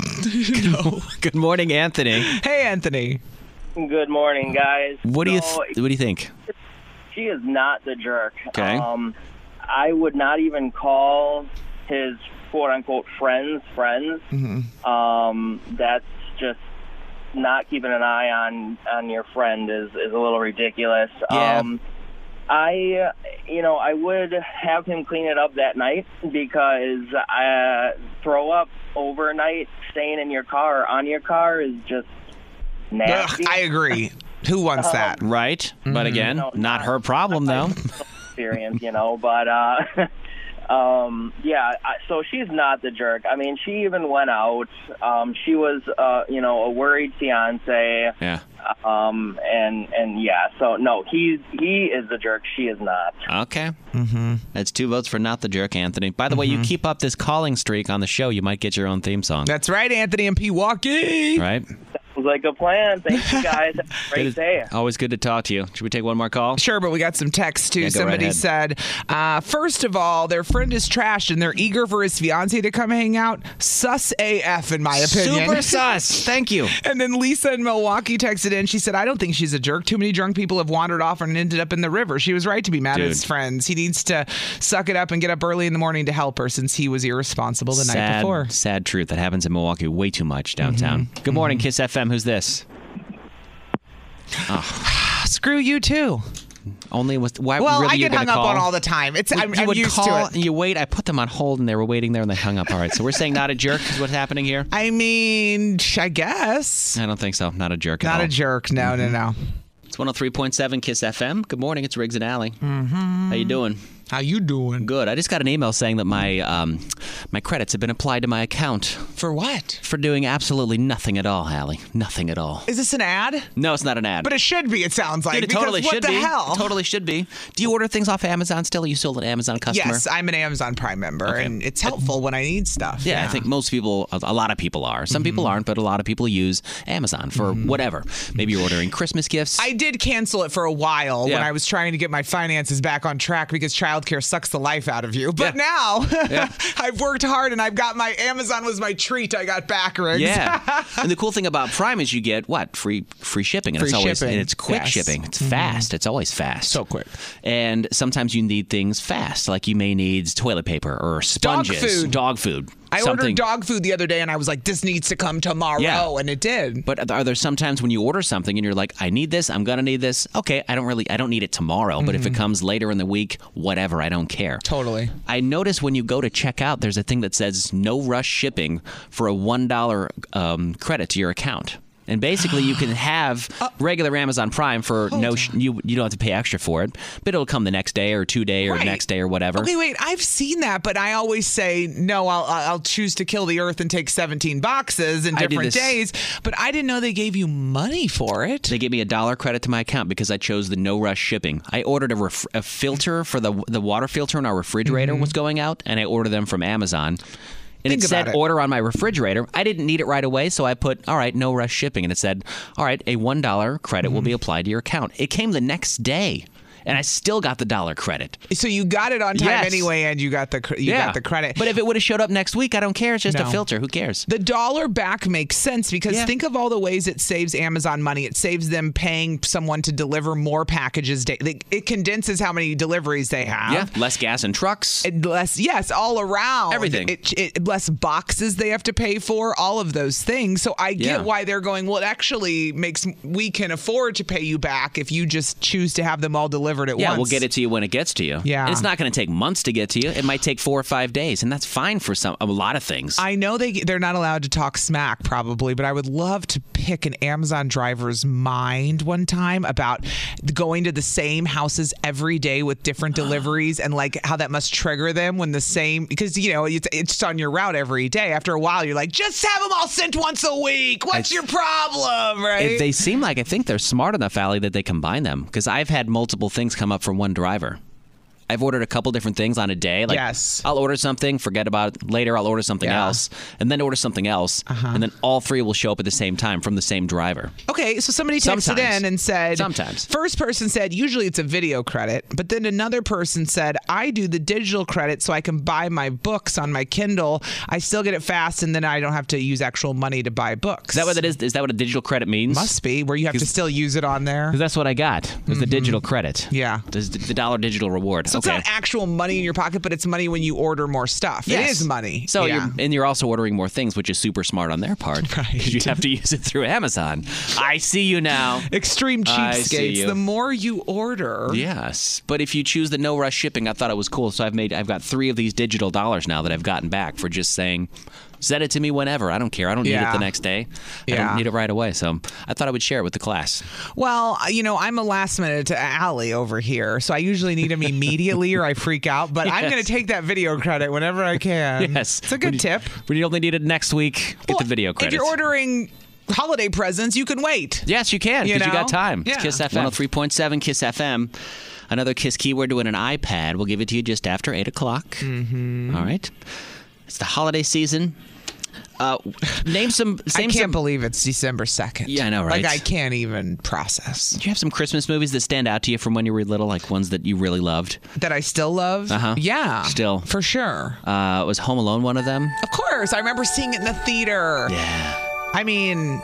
[SPEAKER 3] Good morning, Anthony.
[SPEAKER 2] Hey, Anthony.
[SPEAKER 8] Good morning, guys.
[SPEAKER 3] What do you
[SPEAKER 8] So,
[SPEAKER 3] th- What do you think?
[SPEAKER 8] she is not the jerk.
[SPEAKER 3] Okay.
[SPEAKER 8] Um, I would not even call his quote unquote friends friends.
[SPEAKER 2] Mm-hmm.
[SPEAKER 8] Um, that's just not keeping an eye on on your friend is is a little ridiculous.
[SPEAKER 3] Yeah.
[SPEAKER 8] Um, I, you know, I would have him clean it up that night because uh, throw up overnight, staying in your car on your car is just
[SPEAKER 2] Ugh,
[SPEAKER 8] nasty.
[SPEAKER 2] I agree. Who wants that?
[SPEAKER 3] Right,
[SPEAKER 2] Mm-hmm.
[SPEAKER 3] but again,
[SPEAKER 8] No,
[SPEAKER 3] not
[SPEAKER 8] not-
[SPEAKER 3] her problem though.
[SPEAKER 8] experience, you know. But uh, <laughs> um, yeah, I, so she's not the jerk. I mean, she even went out. Um, she was, uh, you know, a worried fiance.
[SPEAKER 3] Yeah.
[SPEAKER 8] Um, and and yeah, so no, he's he is the jerk. She is not.
[SPEAKER 3] Okay. Mm-hmm. That's two votes for not the jerk, Anthony. By the way,
[SPEAKER 2] Mm-hmm.
[SPEAKER 3] you keep up this calling streak on the show, you might get your own theme song.
[SPEAKER 2] That's right, Anthony and P. Walkie.
[SPEAKER 3] right.
[SPEAKER 8] Sounds like a plan. Thank you guys. Have a
[SPEAKER 3] Good
[SPEAKER 8] great
[SPEAKER 3] as-
[SPEAKER 8] day.
[SPEAKER 3] Always good to talk to you. Should we take one more call?
[SPEAKER 2] Sure, but we got some texts too.
[SPEAKER 3] Yeah, go right
[SPEAKER 2] Somebody
[SPEAKER 3] ahead.
[SPEAKER 2] said, uh, first of all, their friend is trash and they're eager for his fiance to come hang out. Sus AF, in my opinion.
[SPEAKER 3] Super sus. Thank you.
[SPEAKER 2] And then Lisa in Milwaukee texted in. She said, I don't think she's a jerk. Too many drunk people have wandered off and ended up in the river. She was right to be mad at his
[SPEAKER 3] Dude.
[SPEAKER 2] friends. He needs to suck it up and get up early in the morning to help her since he was irresponsible the night
[SPEAKER 3] sad,
[SPEAKER 2] before. Mm-hmm.
[SPEAKER 3] sad truth that happens in Milwaukee way too much downtown. Good morning, Kiss FM. Who's this?
[SPEAKER 2] Screw you, too.
[SPEAKER 3] Only with why?
[SPEAKER 2] Well,
[SPEAKER 3] really
[SPEAKER 2] I
[SPEAKER 3] you're
[SPEAKER 2] get
[SPEAKER 3] gonna
[SPEAKER 2] hung up on
[SPEAKER 3] call?
[SPEAKER 2] all the time. It's I'm,
[SPEAKER 3] you
[SPEAKER 2] I'm
[SPEAKER 3] would
[SPEAKER 2] used
[SPEAKER 3] call
[SPEAKER 2] to it.
[SPEAKER 3] and you wait. I put them on hold and they were waiting there and they hung up. All right, so we're saying not a jerk is what's happening here.
[SPEAKER 2] I mean, sh- I guess.
[SPEAKER 3] I don't think so. Not a jerk.
[SPEAKER 2] Not
[SPEAKER 3] at all.
[SPEAKER 2] a jerk. No, no, no.
[SPEAKER 3] It's 103.7 Kiss FM. Good morning. It's Riggs and Alley. Mm-hmm. How you doing?
[SPEAKER 2] How you doing?
[SPEAKER 3] Good. I just got an email saying that my um, my credits have been applied to my account
[SPEAKER 2] For what?
[SPEAKER 3] for doing absolutely nothing at all, Allie. Nothing at all.
[SPEAKER 2] Is this an ad?
[SPEAKER 3] No, it's not an ad.
[SPEAKER 2] But it should be. It sounds like
[SPEAKER 3] Dude, it
[SPEAKER 2] because
[SPEAKER 3] totally
[SPEAKER 2] what
[SPEAKER 3] should
[SPEAKER 2] the
[SPEAKER 3] be.
[SPEAKER 2] hell?
[SPEAKER 3] It totally should be. Do you order things off Amazon still? Are you still an Amazon customer?
[SPEAKER 2] Yes, I'm an Amazon Prime member, and it's helpful when I need stuff.
[SPEAKER 3] Yeah, I think most people, a a lot of people are. Some people
[SPEAKER 2] Mm-hmm.
[SPEAKER 3] aren't, but a lot of people use Amazon for whatever. Maybe you're ordering Christmas gifts.
[SPEAKER 2] I did cancel it for a while when
[SPEAKER 3] Yeah.
[SPEAKER 2] I was trying to get my finances back on track because childcare sucks the life out of you. But now <laughs> I've worked hard and I've got my Amazon was my treat. I got back rigs.
[SPEAKER 3] Yeah, and the cool thing about Prime is you get what free free shipping, and
[SPEAKER 2] Free
[SPEAKER 3] it's always
[SPEAKER 2] shipping,
[SPEAKER 3] and it's quick
[SPEAKER 2] yes. Mm-hmm.
[SPEAKER 3] shipping. It's fast. It's always fast.
[SPEAKER 2] So quick.
[SPEAKER 3] And sometimes you need things fast, like you may need toilet paper or sponges,
[SPEAKER 2] food.
[SPEAKER 3] dog food.
[SPEAKER 2] <laughs> I
[SPEAKER 3] something.
[SPEAKER 2] ordered dog food the other day and I was like, this needs to come tomorrow.
[SPEAKER 3] Yeah.
[SPEAKER 2] And it did.
[SPEAKER 3] But are there sometimes when you order something and you're like, I need this, I'm gonna need this. Okay, I don't really, I don't need it tomorrow, but if it comes later in the week, whatever, I don't care.
[SPEAKER 2] Mm-hmm. Totally.
[SPEAKER 3] I notice when you go to check out, there's a thing that says no rush shipping for a one dollar um, credit to your account. And basically,
[SPEAKER 2] <gasps>
[SPEAKER 3] you can have
[SPEAKER 2] Uh,
[SPEAKER 3] regular Amazon Prime for no sh- you you don't have to pay extra for it, but it'll come the next day or two day or
[SPEAKER 2] Right.
[SPEAKER 3] next day or whatever.
[SPEAKER 2] Okay, wait. I've seen that, but I always say no. I'll I'll choose to kill the earth and take 17 boxes in
[SPEAKER 3] I do
[SPEAKER 2] different
[SPEAKER 3] this-
[SPEAKER 2] days. But I didn't know they gave you money for it.
[SPEAKER 3] They gave me a dollar credit to my account because I chose the no rush shipping. I ordered a, ref- a filter for the the water filter in our refrigerator was going out, and I ordered them from Amazon. And
[SPEAKER 2] Mm-hmm. Think
[SPEAKER 3] it
[SPEAKER 2] about
[SPEAKER 3] said
[SPEAKER 2] it.
[SPEAKER 3] order on my refrigerator. I didn't need it right away, so I put all right, no rush shipping, and it said all right, a one dollar credit will
[SPEAKER 2] Mm-hmm.
[SPEAKER 3] be applied to your account. It came the next day, and I still got the dollar credit.
[SPEAKER 2] So you got it on time
[SPEAKER 3] Yes.
[SPEAKER 2] anyway, and you got the cr- you got the credit.
[SPEAKER 3] But if it would have showed up next week, I don't care. It's just
[SPEAKER 2] No.
[SPEAKER 3] a filter. Who cares?
[SPEAKER 2] the dollar back makes sense because
[SPEAKER 3] Yeah.
[SPEAKER 2] think of all the ways it saves Amazon money. It saves them paying someone to deliver more packages. Day- they- It condenses how many deliveries they have.
[SPEAKER 3] yeah, less gas in trucks.
[SPEAKER 2] It less yes all around
[SPEAKER 3] Everything.
[SPEAKER 2] it, it less boxes they have to pay for all of those things so i get
[SPEAKER 3] Yeah.
[SPEAKER 2] why they're going well it actually makes we can afford to pay you back if you just choose to have them all delivered at
[SPEAKER 3] Yeah,
[SPEAKER 2] once
[SPEAKER 3] we'll get it to you when it gets to you.
[SPEAKER 2] Yeah.
[SPEAKER 3] And it's not going to take months to get to you. It might take four or five days, and that's fine for some a lot of things.
[SPEAKER 2] I know they they're not allowed to talk smack probably, but I would love to pick an Amazon driver's mind one time about going to the same houses every day with
[SPEAKER 3] <gasps>
[SPEAKER 2] different deliveries and like how that must trigger them when the same because you know it's it's on your route every day. After a while, you're like, just have them all sent once a week. What's your problem, right?
[SPEAKER 3] If they seem like I think they're smart enough, Allie, that they combine them because I've had multiple things come up from one driver. I've ordered a couple different things on a day. Like
[SPEAKER 2] Yes.
[SPEAKER 3] I'll order something, forget about it. Later, I'll order something
[SPEAKER 2] Yeah. Uh-huh.
[SPEAKER 3] else, and then order something else, and then all three will show up at the same time from the same driver.
[SPEAKER 2] Okay, so somebody texted
[SPEAKER 3] Sometimes.
[SPEAKER 2] in and said,
[SPEAKER 3] Sometimes.
[SPEAKER 2] First person said, usually it's a video credit, but then another person said, I do the digital credit so I can buy my books on my Kindle. I still get it fast, and then I don't have to use actual money to buy books.
[SPEAKER 3] Is that what it is? Is that what a digital credit means?
[SPEAKER 2] must be where you have to still use it on there?
[SPEAKER 3] 'Cause that's what I got. Was the digital credit?
[SPEAKER 2] Yeah.
[SPEAKER 3] This is the dollar digital reward.
[SPEAKER 2] So it's
[SPEAKER 3] okay.
[SPEAKER 2] not actual money in your pocket, but it's money when you order more stuff. It
[SPEAKER 3] Yes.
[SPEAKER 2] is money.
[SPEAKER 3] So
[SPEAKER 2] yeah.
[SPEAKER 3] you're, and you're also ordering more things, which is super smart on their
[SPEAKER 2] <laughs>
[SPEAKER 3] part because you have to use it through Amazon. I see you
[SPEAKER 2] <laughs>
[SPEAKER 3] now.
[SPEAKER 2] extreme
[SPEAKER 3] I see
[SPEAKER 2] cheapskates.
[SPEAKER 3] you.
[SPEAKER 2] The more you order,
[SPEAKER 3] Yes, but if you choose the no rush shipping, I thought it was cool. So I've made I've got three of these digital dollars now that I've gotten back for just saying, send it to me whenever. I don't care. I don't need
[SPEAKER 2] Yeah.
[SPEAKER 3] it the next day. I
[SPEAKER 2] Yeah.
[SPEAKER 3] don't need it right away. So I thought I would share it with the class.
[SPEAKER 2] Well, uh, you know, I'm a last minute to Allie over here, so I usually need
[SPEAKER 3] <laughs>
[SPEAKER 2] them immediately or I freak out. But I'm
[SPEAKER 3] Yes.
[SPEAKER 2] going to take that video credit whenever I can.
[SPEAKER 3] <laughs> Yes,
[SPEAKER 2] Um, it's a good
[SPEAKER 3] When you-
[SPEAKER 2] tip.
[SPEAKER 3] When you only need it next week, get the
[SPEAKER 2] Well,
[SPEAKER 3] video credit.
[SPEAKER 2] If you're ordering holiday presents, you can wait.
[SPEAKER 3] Yes, you can
[SPEAKER 2] You
[SPEAKER 3] because you,
[SPEAKER 2] know?
[SPEAKER 3] got time.
[SPEAKER 2] Yeah.
[SPEAKER 3] It's Kiss FM. 103.7 Kiss FM. Another Kiss keyword to win an iPad. We'll give it to you just after 8 o'clock. Mm-hmm. right. It's the holiday season. Uh, name some.
[SPEAKER 2] <laughs> I can't believe it's December second.
[SPEAKER 3] Yeah, I know, right?
[SPEAKER 2] Like I can't even process.
[SPEAKER 3] Do you have some Christmas movies that stand out to you from when you were little, like ones that you really loved?
[SPEAKER 2] That I still love.
[SPEAKER 3] Uh huh.
[SPEAKER 2] Yeah.
[SPEAKER 3] Still.
[SPEAKER 2] For sure.
[SPEAKER 3] Uh, was Home Alone one
[SPEAKER 2] <laughs>
[SPEAKER 3] of them?
[SPEAKER 2] Of course, I remember seeing it in the theater.
[SPEAKER 3] Yeah.
[SPEAKER 2] I mean,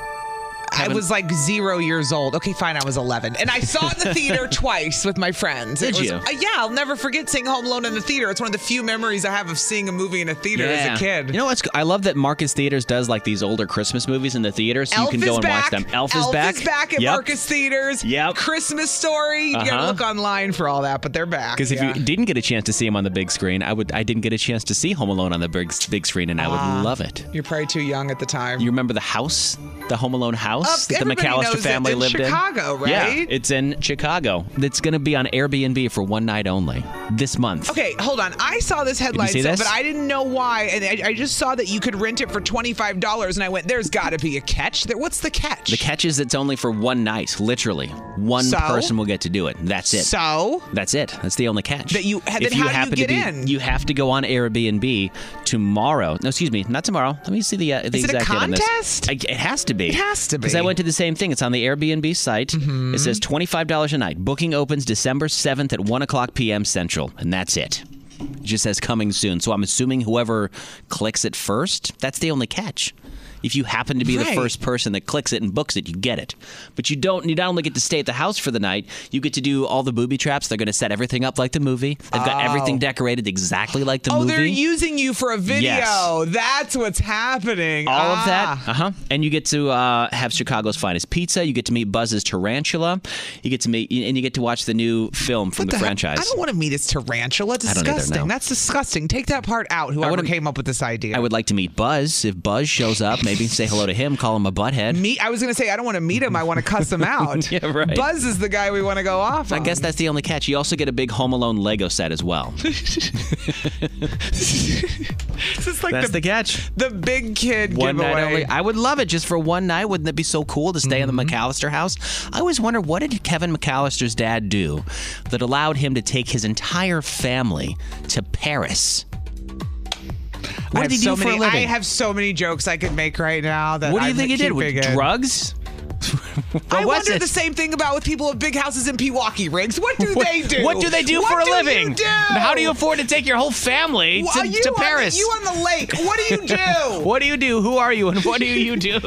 [SPEAKER 2] I
[SPEAKER 3] Haven't-
[SPEAKER 2] was like zero years old. Okay, fine, I was 11. And I saw it in the
[SPEAKER 3] <laughs>
[SPEAKER 2] theater twice with my friends. It
[SPEAKER 3] Did
[SPEAKER 2] was-
[SPEAKER 3] you?
[SPEAKER 2] uh, yeah, I'll never forget seeing Home Alone in the theater. It's one of the few memories I have of seeing a movie in a theater as a kid.
[SPEAKER 3] You know what's? I love that Marcus Theaters does like these older Christmas movies in the theater, so
[SPEAKER 2] Elf
[SPEAKER 3] you can go
[SPEAKER 2] is
[SPEAKER 3] and
[SPEAKER 2] back.
[SPEAKER 3] watch them. Elf, is back.
[SPEAKER 2] at
[SPEAKER 3] Yep.
[SPEAKER 2] Marcus Theaters.
[SPEAKER 3] Yep.
[SPEAKER 2] Christmas Story. You gotta
[SPEAKER 3] Uh-huh.
[SPEAKER 2] look online for all that, but they're back.
[SPEAKER 3] Because if
[SPEAKER 2] yeah.
[SPEAKER 3] you didn't get a chance to see him on the big screen, I would. I didn't get a chance to see Home Alone on the big, big screen, and I would
[SPEAKER 2] Ah.
[SPEAKER 3] love it.
[SPEAKER 2] You're probably too young at the time.
[SPEAKER 3] You remember the house, the Home Alone house
[SPEAKER 2] Uh,
[SPEAKER 3] that the
[SPEAKER 2] everybody knows
[SPEAKER 3] McAllister
[SPEAKER 2] it's
[SPEAKER 3] family
[SPEAKER 2] in
[SPEAKER 3] lived
[SPEAKER 2] Chicago,
[SPEAKER 3] in? Yeah,
[SPEAKER 2] right?
[SPEAKER 3] it's in Chicago. It's going to be on Airbnb for one night only this month.
[SPEAKER 2] Okay, hold on. I saw this headline,
[SPEAKER 3] see
[SPEAKER 2] so-
[SPEAKER 3] this?
[SPEAKER 2] but I didn't know why, and I, I just saw that you could rent it for twenty five dollars, and I went, "There's got to be a catch." There, what's the catch?
[SPEAKER 3] The catch is it's only for one night, literally. One
[SPEAKER 2] So?
[SPEAKER 3] person will get to do it. That's it.
[SPEAKER 2] So
[SPEAKER 3] That's it. That's the only catch.
[SPEAKER 2] That you- then
[SPEAKER 3] if
[SPEAKER 2] how
[SPEAKER 3] you
[SPEAKER 2] do you
[SPEAKER 3] happen
[SPEAKER 2] get
[SPEAKER 3] to be,
[SPEAKER 2] in?
[SPEAKER 3] You have to go on Airbnb tomorrow. No, excuse me, not tomorrow. Let me see the uh, the
[SPEAKER 2] Is it a
[SPEAKER 3] exact date on this.
[SPEAKER 2] contest?
[SPEAKER 3] I, it has to be.
[SPEAKER 2] It has to be. Mm-hmm.
[SPEAKER 3] Because I went to the same thing. It's on the Airbnb site. It says twenty five dollars a night. Booking opens December seventh at one o'clock p.m. Central, and that's it. It just says coming soon. So I'm assuming whoever clicks it first, that's the only catch. If you happen to be the
[SPEAKER 2] Right.
[SPEAKER 3] first person that clicks it and books it, you get it. But you don't. You not only get to stay at the house for the night, you get to do all the booby traps. They're going to set everything up like the movie. They've got everything decorated exactly like the
[SPEAKER 2] oh,
[SPEAKER 3] movie.
[SPEAKER 2] they're using you for a video.
[SPEAKER 3] Yes.
[SPEAKER 2] That's what's happening.
[SPEAKER 3] all of
[SPEAKER 2] Ah.
[SPEAKER 3] that, uh huh, and you get to uh, have Chicago's finest pizza. You get to meet Buzz's tarantula. You get to meet, and you get to watch the new film from
[SPEAKER 2] What
[SPEAKER 3] the,
[SPEAKER 2] the heck?
[SPEAKER 3] franchise.
[SPEAKER 2] I don't want to meet his tarantula.
[SPEAKER 3] don't either,
[SPEAKER 2] Disgusting.
[SPEAKER 3] no.
[SPEAKER 2] That's disgusting. Take that part out. Whoever
[SPEAKER 3] wouldn't-
[SPEAKER 2] came up with this idea.
[SPEAKER 3] I would like to meet Buzz. If Buzz shows up, maybe say hello to him, call him a butthead.
[SPEAKER 2] meet. I was gonna say I don't want to meet him. I want to cuss
[SPEAKER 3] <laughs>
[SPEAKER 2] him out.
[SPEAKER 3] Yeah, right.
[SPEAKER 2] Buzz is the guy we want to go off.
[SPEAKER 3] I guess that's the only catch. You also get a big Home Alone Lego set as
[SPEAKER 2] <laughs>
[SPEAKER 3] well.
[SPEAKER 2] this is like
[SPEAKER 3] That's
[SPEAKER 2] the,
[SPEAKER 3] the catch.
[SPEAKER 2] the big kid
[SPEAKER 3] One
[SPEAKER 2] giveaway.
[SPEAKER 3] night only. I would love it just for one night. Wouldn't it be so cool to stay
[SPEAKER 2] Mm-hmm.
[SPEAKER 3] in the McAllister house? I always wonder what did Kevin McAllister's dad do that allowed him to take his entire family to Paris? What
[SPEAKER 2] I have
[SPEAKER 3] did he do
[SPEAKER 2] so
[SPEAKER 3] for
[SPEAKER 2] many,
[SPEAKER 3] a living?
[SPEAKER 2] I have so many jokes I could make right now. That
[SPEAKER 3] what do you
[SPEAKER 2] I'm
[SPEAKER 3] think he did with
[SPEAKER 2] keeping in.
[SPEAKER 3] drugs?
[SPEAKER 2] <laughs> I
[SPEAKER 3] What was
[SPEAKER 2] wonder
[SPEAKER 3] it?
[SPEAKER 2] the same thing about with people with big houses in Pewaukee rigs. What do
[SPEAKER 3] <laughs> What-
[SPEAKER 2] they do?
[SPEAKER 3] What do they do
[SPEAKER 2] What
[SPEAKER 3] for a
[SPEAKER 2] do you
[SPEAKER 3] living?
[SPEAKER 2] do?
[SPEAKER 3] How do you afford to take your whole family
[SPEAKER 2] Wh-
[SPEAKER 3] to,
[SPEAKER 2] are you
[SPEAKER 3] to
[SPEAKER 2] on the-
[SPEAKER 3] Paris?
[SPEAKER 2] you on the lake? What do
[SPEAKER 3] <laughs>
[SPEAKER 2] you do?
[SPEAKER 3] what do you do? Who are you? And what do
[SPEAKER 2] <laughs>
[SPEAKER 3] you do?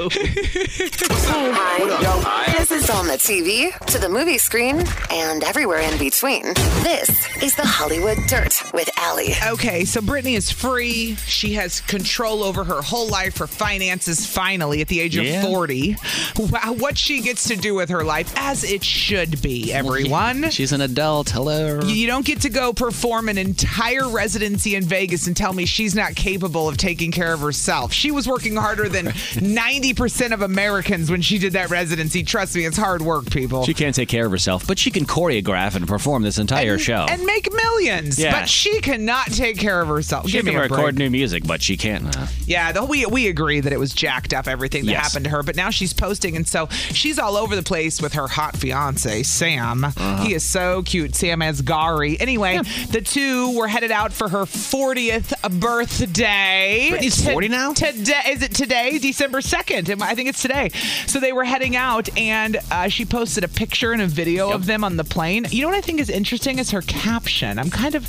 [SPEAKER 1] This is on the TV, to the movie screen, and everywhere in between. This is the Hollywood Dirt with Allie.
[SPEAKER 2] Okay, so Brittany is free. She has control over her whole life, her finances, finally, at the age
[SPEAKER 3] Yeah.
[SPEAKER 2] of 40. Wow, what she gets to do with her life, as it should be, everyone.
[SPEAKER 3] She's an adult. Hello.
[SPEAKER 2] You don't get to go perform an entire residency in Vegas and tell me she's not capable of taking care of herself. She was working harder
[SPEAKER 3] <laughs>
[SPEAKER 2] than 90% of Americans when she did that residency. Trust me, it's hard work, people.
[SPEAKER 3] She can't take care of herself, but she can choreograph and perform this entire show.
[SPEAKER 2] and make millions,
[SPEAKER 3] Yeah.
[SPEAKER 2] but she cannot take care of herself.
[SPEAKER 3] she
[SPEAKER 2] Give me
[SPEAKER 3] can
[SPEAKER 2] a break.
[SPEAKER 3] record new music, but she can't. uh,
[SPEAKER 2] Yeah, the, we we agree that it was jacked up everything that
[SPEAKER 3] Yes.
[SPEAKER 2] happened to her, but now she's posting, and so she's all over the place with her hot fiance Sam. He is so cute, Sam Asghari. Anyway, the two were headed out for her 40th birthday.
[SPEAKER 3] Brittany's
[SPEAKER 2] To-
[SPEAKER 3] 40 now?
[SPEAKER 2] Today is it today, December second? I think it's today. So they were heading out, and uh, she posted a picture and a video of them on the plane. You know what I think is interesting is her caption. I'm kind of,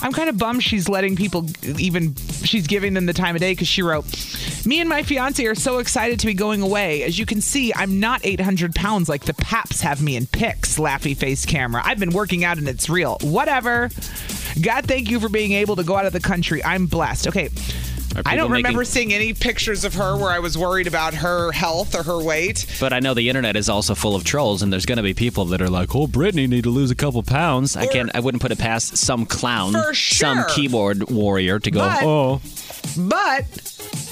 [SPEAKER 2] I'm kind of bummed she's letting people even she's giving them the time of day because she wrote, "Me and my fiance are so excited to be going away. As you can see, I'm not 800 pounds like the paps have me in pics. Laughy face camera. I've been working out and it's real. Whatever." God, thank you for being able to go out of the country. I'm blessed. Okay, I don't
[SPEAKER 3] people making-
[SPEAKER 2] remember seeing any pictures of her where I was worried about her health or her weight.
[SPEAKER 3] But I know the internet is also full of trolls, and there's going to be people that are like, "Oh, Brittany need to lose a couple pounds." I
[SPEAKER 2] Or-
[SPEAKER 3] can't. I wouldn't put it past some clown,
[SPEAKER 2] For
[SPEAKER 3] some
[SPEAKER 2] sure.
[SPEAKER 3] keyboard warrior, to go.
[SPEAKER 2] But-
[SPEAKER 3] oh,
[SPEAKER 2] But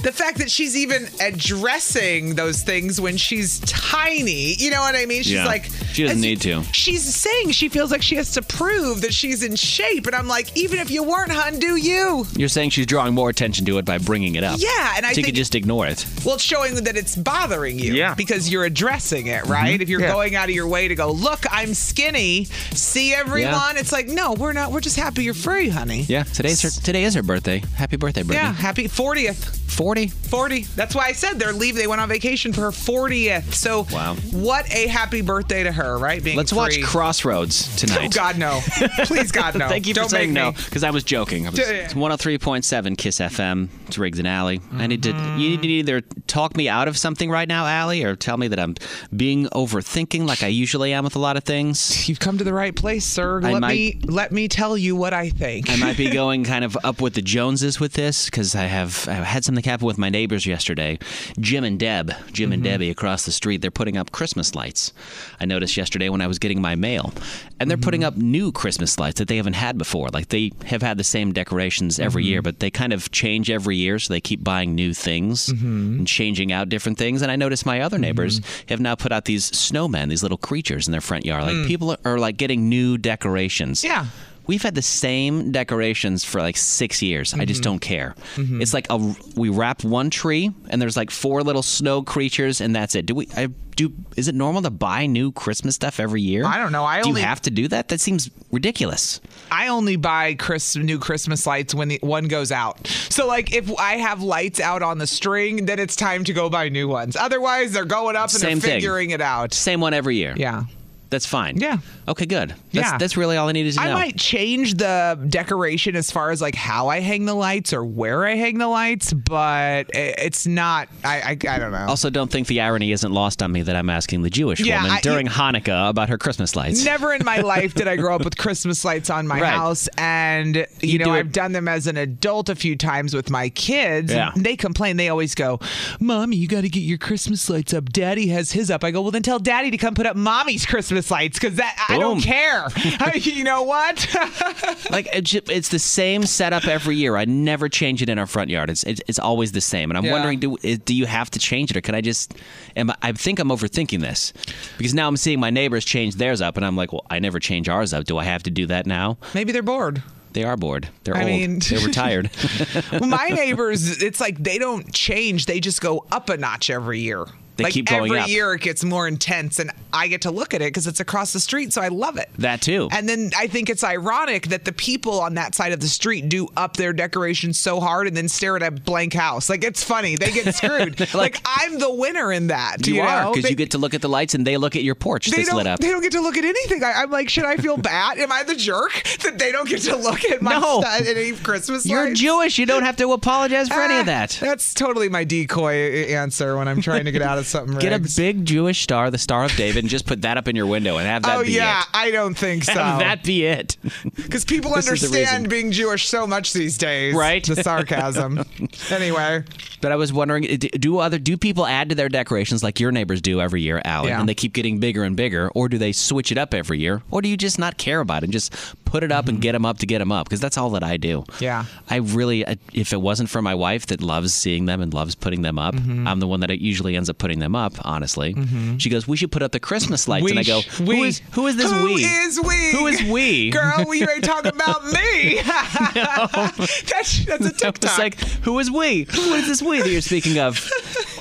[SPEAKER 2] the fact that she's even addressing those things when she's tiny, you know what I mean? She's
[SPEAKER 3] Yeah.
[SPEAKER 2] like,
[SPEAKER 3] She doesn't
[SPEAKER 2] as-
[SPEAKER 3] need to.
[SPEAKER 2] She's saying she feels like she has to prove that she's in shape. And I'm like, even if you weren't, hun, do you?
[SPEAKER 3] you're saying she's drawing more attention to it by bringing it up.
[SPEAKER 2] Yeah, and I
[SPEAKER 3] so you
[SPEAKER 2] think-
[SPEAKER 3] could just ignore it.
[SPEAKER 2] Well, it's showing that it's bothering you
[SPEAKER 3] Yeah. Mm-hmm.
[SPEAKER 2] because you're addressing it, right? If you're going out of your way to go, look, I'm skinny, see everyone. It's like, no, we're not. We're just happy you're free, honey.
[SPEAKER 3] Yeah, today's her. Today is her birthday. Happy birthday, Brittany.
[SPEAKER 2] Yeah, happy 40th.
[SPEAKER 6] 40?
[SPEAKER 2] 40. That's why I said their leave. They went on vacation for her 40th. So, what a happy birthday to her, right? Being
[SPEAKER 3] Let's watch
[SPEAKER 2] free.
[SPEAKER 3] Crossroads
[SPEAKER 2] Oh,
[SPEAKER 3] tonight.
[SPEAKER 2] God,
[SPEAKER 3] <laughs>
[SPEAKER 2] no. Please, God, no.
[SPEAKER 3] Thank you for
[SPEAKER 2] Don't
[SPEAKER 3] saying
[SPEAKER 2] make
[SPEAKER 3] no,
[SPEAKER 2] me.
[SPEAKER 3] because I was joking. I was- oh
[SPEAKER 2] Yeah, yeah.
[SPEAKER 3] It's 103.7 Kiss FM. It's Riggs and Alley. I need to.
[SPEAKER 2] Mm-hmm.
[SPEAKER 3] You need to either talk me out of something right now, Alley, or tell me that I'm being overthinking, like I usually am with a lot of things.
[SPEAKER 2] You've come to the right place, sir.
[SPEAKER 3] I
[SPEAKER 2] Let
[SPEAKER 3] might-
[SPEAKER 2] me let me tell you what I think.
[SPEAKER 3] I might be going kind of up with the Joneses with this because I have I had something happen with my neighbors yesterday. Jim and Deb, Jim
[SPEAKER 2] Mm-hmm.
[SPEAKER 3] and Debbie across the street, they're putting up Christmas lights. I noticed yesterday when I was getting my mail, and they're putting
[SPEAKER 2] Mm-hmm.
[SPEAKER 3] up new Christmas lights that they haven't had before. Like they have had the same decorations every
[SPEAKER 2] Mm-hmm.
[SPEAKER 3] year, but they kind of change every year, so they keep buying new things
[SPEAKER 2] Mm-hmm.
[SPEAKER 3] and changing out different things. And I noticed my other neighbors have now put out these snowmen, these little creatures in their front yard. Like people are like getting new decorations.
[SPEAKER 2] Mm. Yeah.
[SPEAKER 3] We've had the same decorations for like six years. I
[SPEAKER 2] Mm-hmm.
[SPEAKER 3] just don't care. It's like a we wrap one tree and there's like four little snow creatures and that's it. Do we? I do. Is it normal to buy new Christmas stuff every year?
[SPEAKER 2] I don't know. I
[SPEAKER 3] do
[SPEAKER 2] only-
[SPEAKER 3] you have to do that? That seems ridiculous.
[SPEAKER 2] I only buy Chris new Christmas lights when the one goes out. So like if I have lights out on the string, then it's time to go buy new ones. Otherwise, they're going up and
[SPEAKER 3] Same
[SPEAKER 2] they're
[SPEAKER 3] thing.
[SPEAKER 2] figuring it out.
[SPEAKER 3] Same one every year.
[SPEAKER 2] Yeah.
[SPEAKER 3] That's fine.
[SPEAKER 2] Yeah.
[SPEAKER 3] Okay. Good. That's,
[SPEAKER 2] Yeah.
[SPEAKER 3] That's really all I needed to
[SPEAKER 2] I
[SPEAKER 3] know.
[SPEAKER 2] might change the decoration as far as like how I hang the lights or where I hang the lights, but i- it's not. I I, I don't know.
[SPEAKER 3] Also, don't think the irony isn't lost on me that I'm asking the Jewish
[SPEAKER 2] Yeah,
[SPEAKER 3] woman
[SPEAKER 2] I-
[SPEAKER 3] during Hanukkah about her Christmas lights.
[SPEAKER 2] Never in my life did I grow up with Christmas lights on my
[SPEAKER 3] Right.
[SPEAKER 2] house. And, you,
[SPEAKER 3] You
[SPEAKER 2] know,
[SPEAKER 3] do it-
[SPEAKER 2] I've done them as an adult a few times with my kids.
[SPEAKER 3] Yeah.
[SPEAKER 2] And they complain. They always go, Mommy, you got to get your Christmas lights up. Daddy has his up. I go, Well, then tell Daddy to come put up Mommy's Christmas lights because that I don't
[SPEAKER 3] Boom. <laughs>
[SPEAKER 2] care. <laughs> you know what? <laughs>
[SPEAKER 3] Like it ju- it's the same setup every year. I never change it in our front yard. It's it's, it's always the same. And I'm
[SPEAKER 2] Yeah.
[SPEAKER 3] wondering, do is- do you have to change it, or can I just? Am I, I think I'm overthinking this because now I'm seeing my neighbors change theirs up, and I'm like, well, I never change ours up. Do I have to do that now?
[SPEAKER 2] Maybe they're bored.
[SPEAKER 3] They are bored. They're
[SPEAKER 2] I
[SPEAKER 3] old.
[SPEAKER 2] mean- <laughs>
[SPEAKER 3] They're retired. <laughs>
[SPEAKER 2] my neighbors, it's like they don't change. They just go up a notch every year.
[SPEAKER 3] They
[SPEAKER 2] like
[SPEAKER 3] keep going
[SPEAKER 2] every
[SPEAKER 3] up.
[SPEAKER 2] year, it gets more intense, and I get to look at it because it's across the street, so I love it.
[SPEAKER 3] that too.
[SPEAKER 2] And then I think it's ironic that the people on that side of the street do up their decorations so hard and then stare at a blank house. Like it's funny. They
[SPEAKER 3] <laughs>
[SPEAKER 2] get screwed. like, I'm the winner in that.
[SPEAKER 3] you,
[SPEAKER 2] know?
[SPEAKER 3] are because
[SPEAKER 2] They-
[SPEAKER 3] you get to look at the lights, and they look at your porch
[SPEAKER 2] they
[SPEAKER 3] that's
[SPEAKER 2] don't,
[SPEAKER 3] lit up.
[SPEAKER 2] they don't get to look at anything. I, I'm like, should I
[SPEAKER 3] <laughs>
[SPEAKER 2] feel bad? Am I the jerk that they don't get to look at my
[SPEAKER 3] No.
[SPEAKER 2] stu- <laughs> at any Christmas
[SPEAKER 3] You're
[SPEAKER 2] lights?
[SPEAKER 3] Jewish. You don't have to apologize for any
[SPEAKER 2] Ah,
[SPEAKER 3] of that.
[SPEAKER 2] That's totally my decoy answer when I'm trying to get out of something.
[SPEAKER 3] <laughs> Get a
[SPEAKER 2] Riggs.
[SPEAKER 3] big Jewish star, the Star of David, and just put that up in your window and have that
[SPEAKER 2] Oh
[SPEAKER 3] be
[SPEAKER 2] yeah,
[SPEAKER 3] it.
[SPEAKER 2] I don't think <laughs> so.
[SPEAKER 3] Have that be it.
[SPEAKER 2] Because people
[SPEAKER 3] This is the
[SPEAKER 2] understand
[SPEAKER 3] reason.
[SPEAKER 2] being Jewish so much these days.
[SPEAKER 3] Right?
[SPEAKER 2] The
[SPEAKER 3] <laughs>
[SPEAKER 2] sarcasm. anyway,
[SPEAKER 3] But I was wondering, d- do other do people add to their decorations like your neighbors do every year, Alan,
[SPEAKER 2] Yeah.
[SPEAKER 3] and they keep getting bigger and bigger, or do they switch it up every year, or do you just not care about it and just put it up and get them up to get them up? Because that's all that I do.
[SPEAKER 2] Mm-hmm. Yeah.
[SPEAKER 3] I really, I- if it wasn't for my wife that loves seeing them and loves putting them up,
[SPEAKER 2] Mm-hmm.
[SPEAKER 3] I'm the one that usually ends up putting them up. Honestly, she goes, "We should put up the Christmas lights,"
[SPEAKER 2] we
[SPEAKER 3] and I go,
[SPEAKER 2] sh-
[SPEAKER 3] "Who
[SPEAKER 2] we-
[SPEAKER 3] is who is this we?
[SPEAKER 2] Who is we?
[SPEAKER 3] Who is we?
[SPEAKER 2] Girl, well, you ain't
[SPEAKER 3] <laughs>
[SPEAKER 2] talking about me. <laughs> that's, that's a TikTok.
[SPEAKER 3] It's like, who is we? Who is this we that you're speaking of?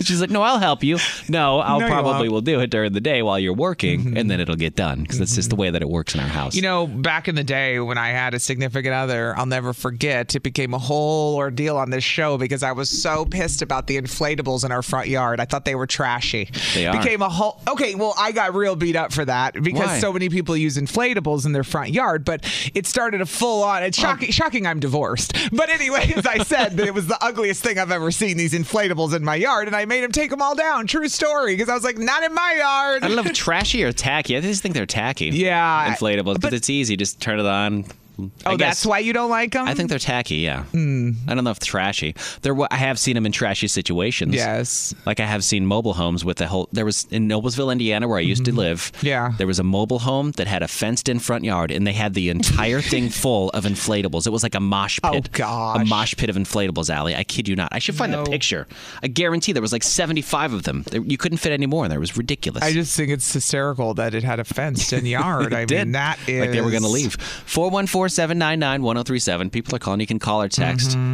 [SPEAKER 3] She's like, no, I'll help you. No, I'll
[SPEAKER 2] No, you
[SPEAKER 3] probably
[SPEAKER 2] won't. Mm-hmm.
[SPEAKER 3] will do it during the day while you're working, and then it'll get done because that's just the way that it works in our house.
[SPEAKER 2] You know, back in the day when I had a significant other, I'll never forget, it became a whole ordeal on this show because I was so pissed about the inflatables in our front yard. I thought they were trashy.
[SPEAKER 3] They are.
[SPEAKER 2] Became a whole Okay, well, I got real beat up for that because
[SPEAKER 3] Why?
[SPEAKER 2] so many people use inflatables in their front yard, but it started a full on
[SPEAKER 3] Oh.
[SPEAKER 2] it's shocking shocking I'm divorced. But anyway, as I said, that it was the ugliest thing I've ever seen these inflatables in my yard and I made him take them all down. True story because I was like, not in my yard.
[SPEAKER 3] I don't know if trashy or tacky. I just think they're tacky.
[SPEAKER 2] Yeah,
[SPEAKER 3] inflatables, but
[SPEAKER 2] but-
[SPEAKER 3] it's easy. Just turn it on.
[SPEAKER 2] Oh,
[SPEAKER 3] I
[SPEAKER 2] that's
[SPEAKER 3] guess-
[SPEAKER 2] why Hmm. you don't like them?
[SPEAKER 3] I think they're tacky. Yeah, I don't know if trashy. There, wa- I have seen them in trashy situations.
[SPEAKER 2] Yes.
[SPEAKER 3] Like I have seen mobile homes with the whole. There was in Noblesville, Indiana, where I used to live.
[SPEAKER 2] Mm-hmm. Yeah.
[SPEAKER 3] There was a mobile home that had a fenced-in front yard, and they had
[SPEAKER 2] <laughs>
[SPEAKER 3] the entire thing full of inflatables. It was like a mosh
[SPEAKER 2] Oh,
[SPEAKER 3] pit.
[SPEAKER 2] gosh.
[SPEAKER 3] A mosh pit of inflatables, Allie. I kid you not. I should find
[SPEAKER 2] No.
[SPEAKER 3] the picture. I guarantee there was like seventy-five of them. There- You couldn't fit any more in there. It was ridiculous.
[SPEAKER 2] I just think it's hysterical that it had a fenced
[SPEAKER 3] <laughs>
[SPEAKER 2] in yard. I mean,
[SPEAKER 3] did.
[SPEAKER 2] that is.
[SPEAKER 3] Like they were going to leave. 414 799 1037. People are calling. You can call
[SPEAKER 2] Mm-hmm.
[SPEAKER 3] or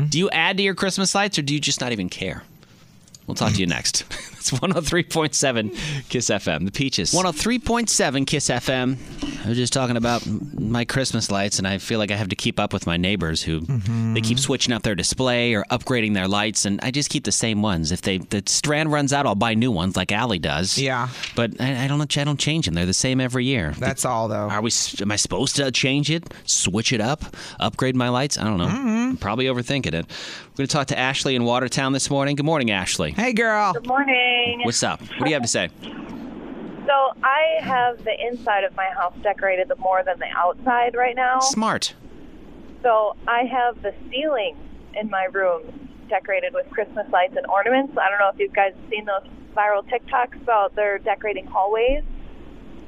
[SPEAKER 3] text. Do you add to your Christmas lights or do you just not even care? We'll talk to you next. <laughs> oh It's 103.7 Kiss FM. The Peaches. 103.7 Kiss FM. I was just talking about my Christmas lights, and I feel like I have to keep up with my neighbors who
[SPEAKER 2] Mm-hmm.
[SPEAKER 3] they keep switching up their display or upgrading their lights, and I just keep the same ones. If they the strand runs out, I'll buy new ones like Allie does.
[SPEAKER 2] Yeah.
[SPEAKER 3] But I, I don't. I don't change them. They're the same every year.
[SPEAKER 2] That's all, though.
[SPEAKER 3] Are we? s- Am I supposed to change it? Switch it up? Upgrade my lights? I don't know.
[SPEAKER 2] Mm-hmm.
[SPEAKER 3] I'm probably overthinking it. We're going to talk to Ashley in Watertown this morning. Good morning, Ashley.
[SPEAKER 2] Hey, girl.
[SPEAKER 9] Good morning.
[SPEAKER 3] What's up? What do you have to say?
[SPEAKER 9] So I have the inside of my house decorated more than the outside right now.
[SPEAKER 2] Oh.
[SPEAKER 3] Smart.
[SPEAKER 9] So I have the ceiling in my room decorated with Christmas lights and ornaments. I don't know if you guys have seen those viral TikToks about they're decorating hallways.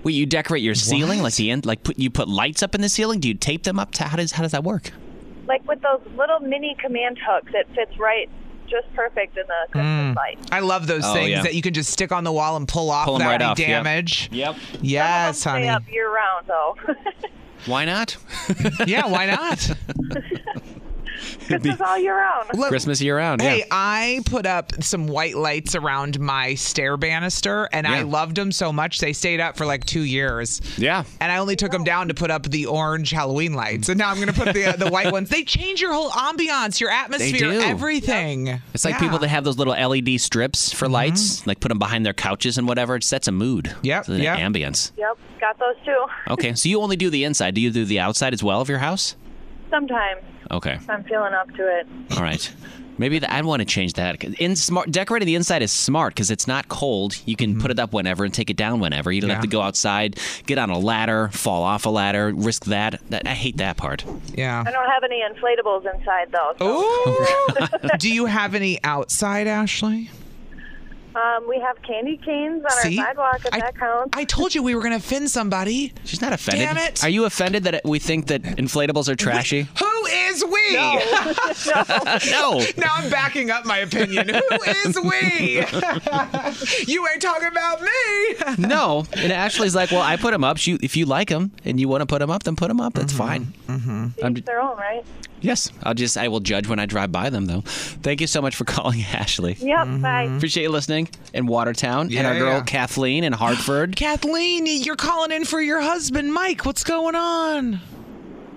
[SPEAKER 3] Wait, you decorate your ceiling like the end? Like put you put lights up in the ceiling? Do you tape them up? To, how does how does that work?
[SPEAKER 9] Like with those little mini command hooks, it fits right just perfect in the Christmas light.
[SPEAKER 2] I love those
[SPEAKER 3] Oh,
[SPEAKER 2] things
[SPEAKER 3] yeah.
[SPEAKER 2] that you can just stick on the wall and pull off
[SPEAKER 3] Pull 'em
[SPEAKER 2] without
[SPEAKER 3] right
[SPEAKER 2] any
[SPEAKER 3] off, yep.
[SPEAKER 2] damage.
[SPEAKER 3] Yep.
[SPEAKER 2] Yes, honey.
[SPEAKER 9] Stay up year round though. <laughs>
[SPEAKER 3] Why not?
[SPEAKER 2] <laughs>
[SPEAKER 3] <laughs>
[SPEAKER 2] yeah, why not?
[SPEAKER 3] It'd be
[SPEAKER 9] Christmas all year round.
[SPEAKER 2] Look,
[SPEAKER 3] Christmas year round.
[SPEAKER 2] Hey,
[SPEAKER 3] yeah.
[SPEAKER 2] I put up some white lights around my stair banister, and I
[SPEAKER 3] Yeah.
[SPEAKER 2] loved them so much they stayed up for like two years.
[SPEAKER 3] Yeah.
[SPEAKER 2] And I only took them down to put up the orange Halloween lights, and now I'm gonna put
[SPEAKER 3] <laughs>
[SPEAKER 2] the the white ones. They change your whole ambiance, your atmosphere,
[SPEAKER 3] do.
[SPEAKER 2] everything.
[SPEAKER 3] It's like people that have those little LED strips
[SPEAKER 2] Mm-hmm.
[SPEAKER 3] for lights, like put them behind their couches and whatever. It sets a mood.
[SPEAKER 2] Yep,
[SPEAKER 3] It's an
[SPEAKER 2] yep.
[SPEAKER 3] ambience.
[SPEAKER 9] Yep, got those too.
[SPEAKER 3] Okay, so you only do the inside. Do you do the outside as well of your house?
[SPEAKER 9] Sometimes
[SPEAKER 3] Okay.
[SPEAKER 9] if I'm feeling up to it.
[SPEAKER 3] All right. Maybe the, I want to change that. In smart decorating the inside is smart because it's not cold. You can put it up whenever and take it down whenever. You don't
[SPEAKER 2] Yeah.
[SPEAKER 3] have to go outside, get on a ladder, fall off a ladder, risk that. that I hate that part.
[SPEAKER 2] Yeah.
[SPEAKER 9] I don't have any inflatables inside though. so,
[SPEAKER 2] Ooh. Do you have any outside, Ashley?
[SPEAKER 9] um, we have candy canes on
[SPEAKER 2] See?
[SPEAKER 9] our sidewalk if
[SPEAKER 2] I-
[SPEAKER 9] that counts.
[SPEAKER 2] I told you we were gonna offend somebody.
[SPEAKER 3] She's not offended.
[SPEAKER 2] Damn it.
[SPEAKER 3] Are you offended that we think that inflatables
[SPEAKER 2] <laughs>
[SPEAKER 3] are trashy?
[SPEAKER 2] Who is we?
[SPEAKER 3] no.
[SPEAKER 2] <laughs> Now I'm backing up my opinion. Who is we? <laughs> you ain't talking about me.
[SPEAKER 3] <laughs>
[SPEAKER 2] <laughs>
[SPEAKER 3] No. And Ashley's like, well, I put them up. She, if you like them and you want to put them up, then put them up. That's fine. I'm-
[SPEAKER 9] Each their own, right?
[SPEAKER 3] Yes. I'll just, I will judge when I drive by them, though. Thank you so much for <laughs> calling, Ashley.
[SPEAKER 9] Yep,
[SPEAKER 2] Mm-hmm.
[SPEAKER 9] bye.
[SPEAKER 3] Appreciate you listening in Watertown and our
[SPEAKER 2] Yeah.
[SPEAKER 3] girl Kathleen in
[SPEAKER 2] <gasps>
[SPEAKER 3] Hartford.
[SPEAKER 2] Kathleen, you're calling in for your husband, Mike. What's going on?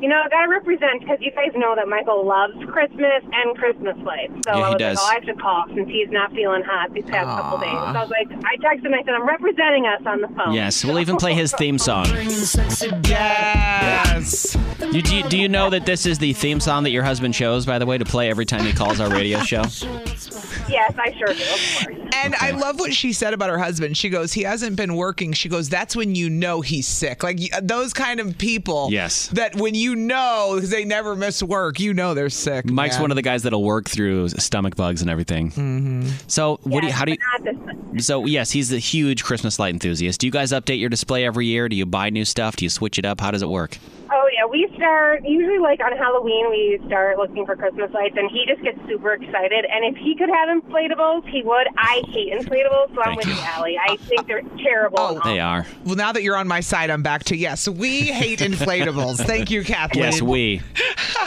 [SPEAKER 11] You know, I represent because you guys know that Michael loves Christmas and Christmas lights. So
[SPEAKER 3] Yeah, he
[SPEAKER 11] I was
[SPEAKER 3] does.
[SPEAKER 11] like, oh, I have to call since he's not feeling hot these past couple days. So I was like, I texted him. I said, I'm representing us on the phone.
[SPEAKER 3] Yes, we'll even play his theme song.
[SPEAKER 2] Yes.
[SPEAKER 3] You, do, you, do you know that this is the theme song that your husband chose, by the way, to play every time he calls our radio show?
[SPEAKER 11] Yes, I sure do. Of course.
[SPEAKER 2] And I love what she said about her husband. She goes, he hasn't been working. She goes, that's when you know he's sick. Like y- uh, those kind of people.
[SPEAKER 3] Yes.
[SPEAKER 2] That when you know, because they never miss work, you know they're sick.
[SPEAKER 3] Mike's one of the guys that'll work through stomach bugs and everything. Mm-hmm. So, what do you,
[SPEAKER 11] Yes,
[SPEAKER 3] how do
[SPEAKER 11] but
[SPEAKER 3] you?
[SPEAKER 11] not this-
[SPEAKER 3] So, yes, he's a huge Christmas light enthusiast. Do you guys update your display every year? Do you buy new stuff? Do you switch it up? How does it work?
[SPEAKER 11] Oh yeah, we start usually like on Halloween. We start looking for Christmas lights, and he just gets super excited. And if he could have inflatables, he would. I hate inflatables, so
[SPEAKER 3] Thank
[SPEAKER 11] I'm with
[SPEAKER 3] you. Oh,
[SPEAKER 11] you, Allie. I think they're terrible. and
[SPEAKER 3] They
[SPEAKER 11] awful.
[SPEAKER 3] are.
[SPEAKER 2] Well, now that you're on my side, I'm back to yes. We
[SPEAKER 3] <laughs>
[SPEAKER 2] hate inflatables. Thank you, Kathleen.
[SPEAKER 3] Yes, we.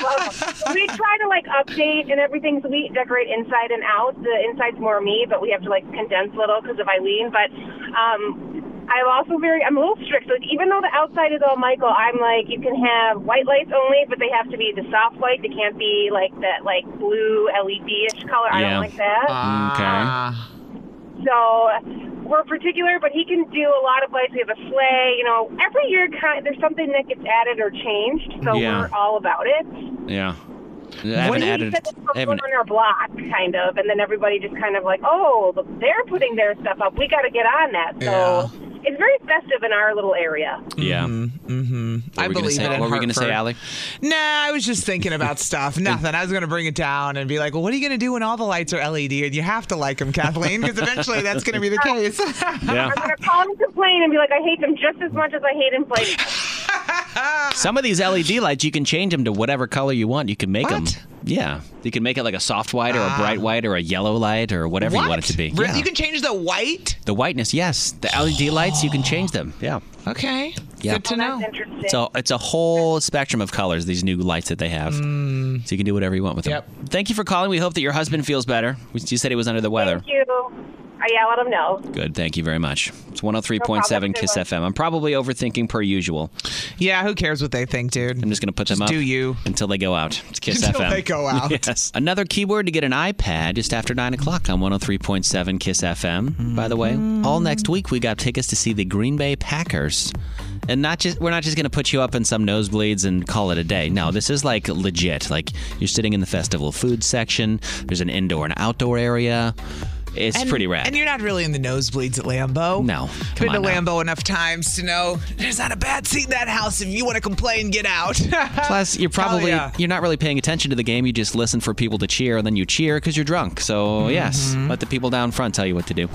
[SPEAKER 11] Well, <laughs> we try to like update and everything. So we decorate inside and out. The inside's more me, but we have to like condense a little because of Eileen. But um, I'm also very, I'm a little strict. Like even though the outside is all Michael, I'm like, you can have white lights only, but they have to be the soft white. They can't be like that like blue LED-ish color. I
[SPEAKER 3] Yeah.
[SPEAKER 11] don't like that.
[SPEAKER 3] Okay.
[SPEAKER 2] Ah.
[SPEAKER 11] So we're particular, but he can do a lot of lights. We have a sleigh. You know, every year kind there's something that gets added or changed. So
[SPEAKER 3] Yeah.
[SPEAKER 11] we're all about it.
[SPEAKER 3] Yeah. I haven't
[SPEAKER 11] And he
[SPEAKER 3] added.
[SPEAKER 11] said this
[SPEAKER 3] I
[SPEAKER 11] was
[SPEAKER 3] haven't,
[SPEAKER 11] on our block, kind of, and then everybody just kind of like, oh, they're putting their stuff up. We got to get on that. So it's very festive in our little area.
[SPEAKER 3] yeah. What
[SPEAKER 2] Mm-hmm. I
[SPEAKER 3] were we gonna
[SPEAKER 2] believe
[SPEAKER 3] say?
[SPEAKER 2] it in
[SPEAKER 3] What were we gonna say,
[SPEAKER 2] Hartford.
[SPEAKER 3] Allie?
[SPEAKER 2] Nah, I was just thinking about
[SPEAKER 3] <laughs>
[SPEAKER 2] stuff. Nothing. I was going to bring it down and be like, well, what are you going to do when all the lights are LED and you have to like them, Kathleen? Because eventually that's going to be the case. <laughs>
[SPEAKER 3] Yeah.
[SPEAKER 11] I'm gonna call and complain and be like, I hate them just as much as I
[SPEAKER 3] <sighs>
[SPEAKER 11] hate inflation.
[SPEAKER 3] Some of these LED lights, you can change them to whatever color you want. You can make them.
[SPEAKER 2] What?
[SPEAKER 3] Yeah, you can make it like a soft white or a bright white or a yellow light or whatever you want it to be.
[SPEAKER 2] Re-
[SPEAKER 3] Yeah.
[SPEAKER 2] You can change the white.
[SPEAKER 3] the whiteness, yes. The LED lights, you can change them. Yeah.
[SPEAKER 2] Okay.
[SPEAKER 3] Yeah.
[SPEAKER 2] Good to know.
[SPEAKER 11] Interesting.
[SPEAKER 3] So it's a whole spectrum of colors. These new lights that they have, so you can do whatever you want with them.
[SPEAKER 2] Mm. Yep.
[SPEAKER 3] Thank you for calling. We hope that your husband feels better. You said he was under the weather.
[SPEAKER 11] Thank you. Uh, yeah, let them know.
[SPEAKER 3] Good. Thank you very much. It's 103.7
[SPEAKER 11] No problem.
[SPEAKER 3] Kiss FM. I'm probably overthinking per usual.
[SPEAKER 2] Yeah, who cares what they think, dude?
[SPEAKER 3] I'm just going to put them up.
[SPEAKER 2] Just do you.
[SPEAKER 3] Until they go out. It's Kiss
[SPEAKER 2] Until
[SPEAKER 3] FM.
[SPEAKER 2] they
[SPEAKER 3] <laughs>
[SPEAKER 2] go out.
[SPEAKER 3] Yes. Another keyword to get an iPad just after 9 o'clock on 103.7 Kiss FM. By the way,
[SPEAKER 2] Mm-hmm.
[SPEAKER 3] all next week we got tickets to see the Green Bay Packers. And not just we're not just going to put you up in some nosebleeds and call it a day. No, this is like legit. Like you're sitting in the festival food section. There's an indoor and outdoor area. It's
[SPEAKER 2] And-
[SPEAKER 3] pretty rad.
[SPEAKER 2] And you're not really in the nosebleeds at Lambeau.
[SPEAKER 3] No, come
[SPEAKER 2] Been to
[SPEAKER 3] on now.
[SPEAKER 2] Lambeau enough times to know there's not a bad seat in that house. If you want to complain, get out. <laughs>
[SPEAKER 3] <laughs> Plus, you're
[SPEAKER 2] Hell
[SPEAKER 3] probably
[SPEAKER 2] yeah.
[SPEAKER 3] you're not really paying attention to the game. You just listen for people to cheer, and then you cheer because you're drunk. So
[SPEAKER 2] Mm-hmm.
[SPEAKER 3] yes, let the people down front tell you what to do.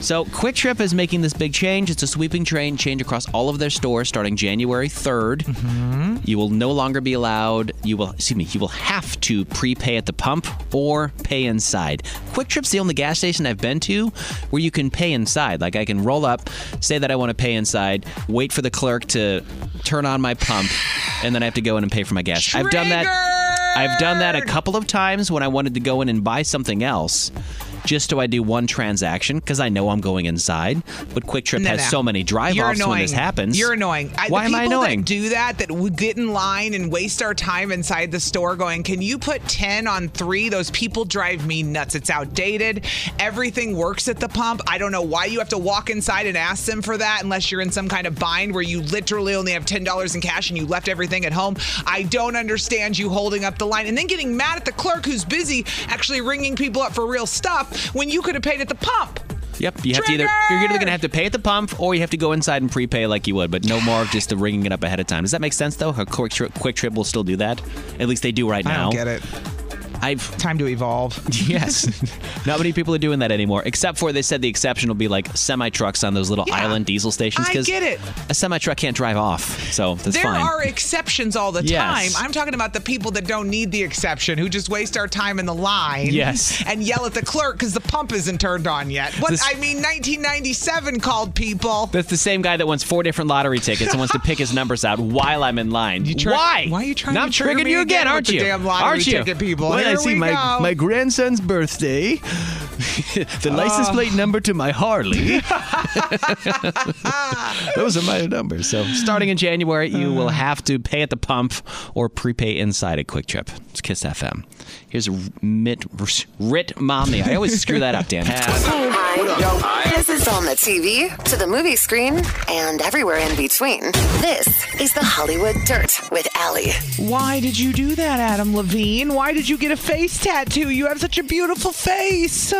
[SPEAKER 3] So Quick Trip is making this big change. It's a sweeping train change across all of their stores starting January 3rd.
[SPEAKER 2] Mm-hmm.
[SPEAKER 3] You will no longer be allowed. You will excuse me. You will have to prepay at the pump or pay inside. Quick Trip's the only gas station I've been to where you can pay inside. Like I can roll up, say that I want to pay inside, wait for the clerk to turn on my pump, and then I have to go in and pay for my gas. I've done that. I've done that a couple of times when I wanted to go in and buy something else. Just so I do one transaction because I know I'm going inside. But Quick Trip
[SPEAKER 2] No,
[SPEAKER 3] has
[SPEAKER 2] no.
[SPEAKER 3] so many drive
[SPEAKER 2] You're
[SPEAKER 3] offs when this
[SPEAKER 2] annoying.
[SPEAKER 3] happens.
[SPEAKER 2] You're annoying. I,
[SPEAKER 3] Why
[SPEAKER 2] the
[SPEAKER 3] am I
[SPEAKER 2] people
[SPEAKER 3] annoying?
[SPEAKER 2] That do that that would get in line and waste our time inside the store going, "Can you put 10 on 3?" Those people drive me nuts. It's outdated. Everything works at the pump. I don't know why you have to walk inside and ask them for that unless you're in some kind of bind where you literally only have $10 in cash and you left everything at home. I don't understand you holding up the line and then getting mad at the clerk who's busy actually ringing people up for real stuff when you could have paid at the pump.
[SPEAKER 3] Yep, you have to either you're either gonna have to pay at the pump or you have to go inside and prepay like you would, but no more of just the ringing it up ahead of time. Does that make sense though? How quick trip, quick trip will still do that? At least they do right
[SPEAKER 2] I
[SPEAKER 3] now.
[SPEAKER 2] don't get it.
[SPEAKER 3] I've <laughs>
[SPEAKER 2] time to evolve.
[SPEAKER 3] Yes, not many people are doing that anymore. Except for they said the exception will be like semi trucks on those little island diesel stations.
[SPEAKER 2] I get it.
[SPEAKER 3] A semi truck can't drive off, so that's
[SPEAKER 2] there
[SPEAKER 3] fine.
[SPEAKER 2] are exceptions all the
[SPEAKER 3] Yes.
[SPEAKER 2] time. I'm talking about the people that don't need the exception, who just waste our time in the line
[SPEAKER 3] Yes.
[SPEAKER 2] and yell at the clerk because the pump isn't turned on yet. What
[SPEAKER 3] This-
[SPEAKER 2] I mean, 1997 called people.
[SPEAKER 3] that's the same guy that wants four different lottery tickets and wants
[SPEAKER 2] <laughs>
[SPEAKER 3] to pick his numbers out while I'm in line.
[SPEAKER 2] You try-
[SPEAKER 3] why?
[SPEAKER 2] Why are you trying
[SPEAKER 3] now
[SPEAKER 2] to
[SPEAKER 3] I'm
[SPEAKER 2] trigger
[SPEAKER 3] triggering
[SPEAKER 2] me
[SPEAKER 3] you again,
[SPEAKER 2] again with
[SPEAKER 3] aren't
[SPEAKER 2] the
[SPEAKER 3] you?
[SPEAKER 2] damn lottery
[SPEAKER 3] aren't you?
[SPEAKER 2] ticket people?
[SPEAKER 3] When I
[SPEAKER 2] Here
[SPEAKER 3] see
[SPEAKER 2] we
[SPEAKER 3] my
[SPEAKER 2] go.
[SPEAKER 3] my grandson's birthday, <laughs> the license
[SPEAKER 2] Uh.
[SPEAKER 3] plate number to my
[SPEAKER 2] <laughs>
[SPEAKER 3] Harley. <laughs> Those are my numbers. So starting in January, you
[SPEAKER 2] Uh.
[SPEAKER 3] will have to pay at the pump or prepay inside at Quick Trip. It's Kiss FM. Here's Mitt Rit Mommy. I always screw that up, damn
[SPEAKER 2] <laughs>
[SPEAKER 3] it.
[SPEAKER 1] This is on the TV, to the movie screen, and everywhere in between. This is the Hollywood Dirt with Allie.
[SPEAKER 2] Why did you do that, Adam Levine? Why did you get a face tattoo? You have such a beautiful face.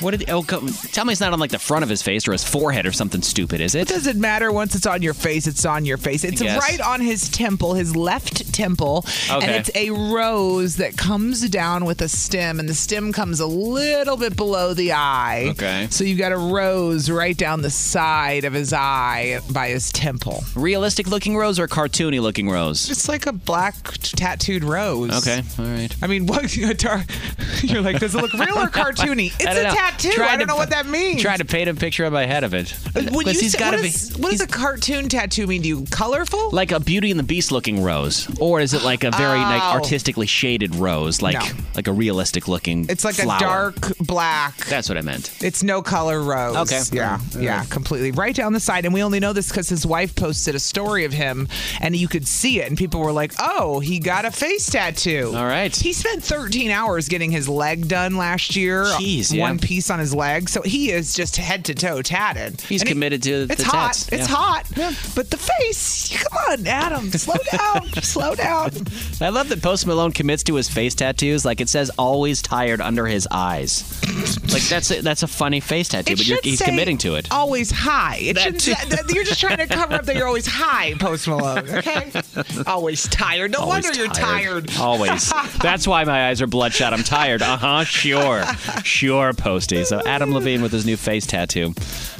[SPEAKER 3] What did oh come, tell me it's not on like the front of his face or his forehead or something stupid, is it?
[SPEAKER 2] It doesn't matter once it's on your face, it's on your face. It's
[SPEAKER 3] guess.
[SPEAKER 2] right on his temple, his left temple. And
[SPEAKER 3] Okay.
[SPEAKER 2] it's a rose that comes down with a stem, and the stem comes a little bit below the eye.
[SPEAKER 3] Okay.
[SPEAKER 2] So you've got a rose right down the side of his eye by his temple.
[SPEAKER 3] Realistic looking rose or cartoony looking rose?
[SPEAKER 2] It's like a black t- tattooed rose.
[SPEAKER 3] Okay, all right.
[SPEAKER 2] I mean, what? <laughs> You're like, does it
[SPEAKER 3] <laughs>
[SPEAKER 2] look real or cartoony? It's
[SPEAKER 3] I don't
[SPEAKER 2] a
[SPEAKER 3] know.
[SPEAKER 2] tattoo.
[SPEAKER 3] Tried
[SPEAKER 2] I don't
[SPEAKER 3] to-
[SPEAKER 2] know what that means.
[SPEAKER 3] Try to paint a picture of my head of it.
[SPEAKER 2] When you
[SPEAKER 3] Because he's
[SPEAKER 2] say-
[SPEAKER 3] gotta
[SPEAKER 2] what
[SPEAKER 3] be-
[SPEAKER 2] is- what does a cartoon tattoo mean to you? Colorful?
[SPEAKER 3] like a Beauty and the Beast looking rose, or is it like a very like
[SPEAKER 2] Oh.
[SPEAKER 3] artistically shaded rose, like
[SPEAKER 2] No.
[SPEAKER 3] like a realistic looking?
[SPEAKER 2] It's like a
[SPEAKER 3] flower.
[SPEAKER 2] dark black.
[SPEAKER 3] That's what I meant.
[SPEAKER 2] It's no color rose.
[SPEAKER 3] Okay.
[SPEAKER 2] Yeah.
[SPEAKER 3] Mm, all
[SPEAKER 2] Yeah.
[SPEAKER 3] right.
[SPEAKER 2] Completely. Right down the side. And we only know this because his wife posted a story of him and you could see it. And people were like, oh, he got a face tattoo.
[SPEAKER 3] All right.
[SPEAKER 2] He spent 13 hours getting his leg done last year.
[SPEAKER 3] Jeez, yeah.
[SPEAKER 2] One piece on his leg. So he is just head to toe tatted.
[SPEAKER 3] He's
[SPEAKER 2] And he-
[SPEAKER 3] committed to the
[SPEAKER 2] It's hot.
[SPEAKER 3] tats,
[SPEAKER 2] It's
[SPEAKER 3] yeah.
[SPEAKER 2] hot. But the face, come on, Adam. Slow
[SPEAKER 3] <laughs>
[SPEAKER 2] down. slow down.
[SPEAKER 3] I love that Post Malone commits to his face tattoos. Like it says, always tired under his eyes. like that's a, that's a funny face tattoo, but you're,
[SPEAKER 2] should
[SPEAKER 3] he's
[SPEAKER 2] say
[SPEAKER 3] committing to it.
[SPEAKER 2] Always high. It shouldn't. that- that- you're just trying to cover up that you're always high, Post Malone. Okay. always tired. No
[SPEAKER 3] Always
[SPEAKER 2] wonder you're tired. <laughs>
[SPEAKER 3] Always. That's why my eyes are bloodshot. I'm tired. Uh huh. Sure. Sure, Posty. So Adam Levine with his new face tattoo.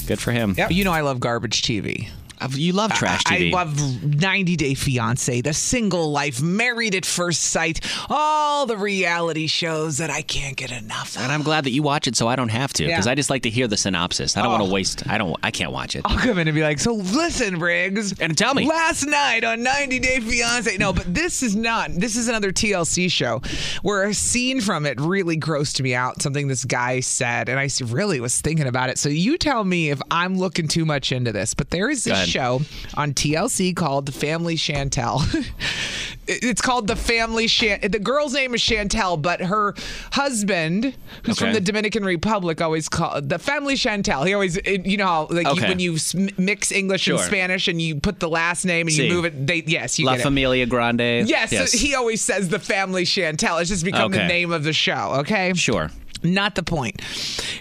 [SPEAKER 3] Good for him. Uh,
[SPEAKER 2] Yep. You know I love garbage TV.
[SPEAKER 3] You love trash
[SPEAKER 2] I
[SPEAKER 3] TV.
[SPEAKER 2] love 90 Day Fiance, The Single Life, Married at First Sight, all the reality shows that I can't get enough of.
[SPEAKER 3] and I'm glad that you watch it, so I don't have to, because
[SPEAKER 2] Yeah. Oh.
[SPEAKER 3] I just like to hear the synopsis. I don't want to waste. I don't. I can't watch it.
[SPEAKER 2] I'll come in and be like, so listen, Briggs.
[SPEAKER 3] And tell me.
[SPEAKER 2] Last night on 90 Day Fiance. No, but this is not. This is another TLC show where a scene from it really grossed me out. Something this guy said, and I s- really was thinking about it. So you tell me if I'm looking too much into this. But there is
[SPEAKER 3] Go
[SPEAKER 2] this
[SPEAKER 3] ahead.
[SPEAKER 2] show on TLC called The Family Chantel. <laughs> It- it's called The Family Chantel. The girl's name is Chantel, but her husband, who's from
[SPEAKER 12] Okay.
[SPEAKER 2] the Dominican Republic, always call The Family Chantel. He always, it- you know, how, like you-
[SPEAKER 3] Okay.
[SPEAKER 2] when you s- mix English and
[SPEAKER 3] Sure.
[SPEAKER 2] Spanish and you put the last name and
[SPEAKER 3] See.
[SPEAKER 2] you move it, they yes, you
[SPEAKER 3] La
[SPEAKER 2] get it.
[SPEAKER 3] Familia Grande.
[SPEAKER 2] Yes, he always says the family Chantel. It's just become
[SPEAKER 3] Okay.
[SPEAKER 2] the name of the show, okay?
[SPEAKER 3] Sure.
[SPEAKER 2] Not the point.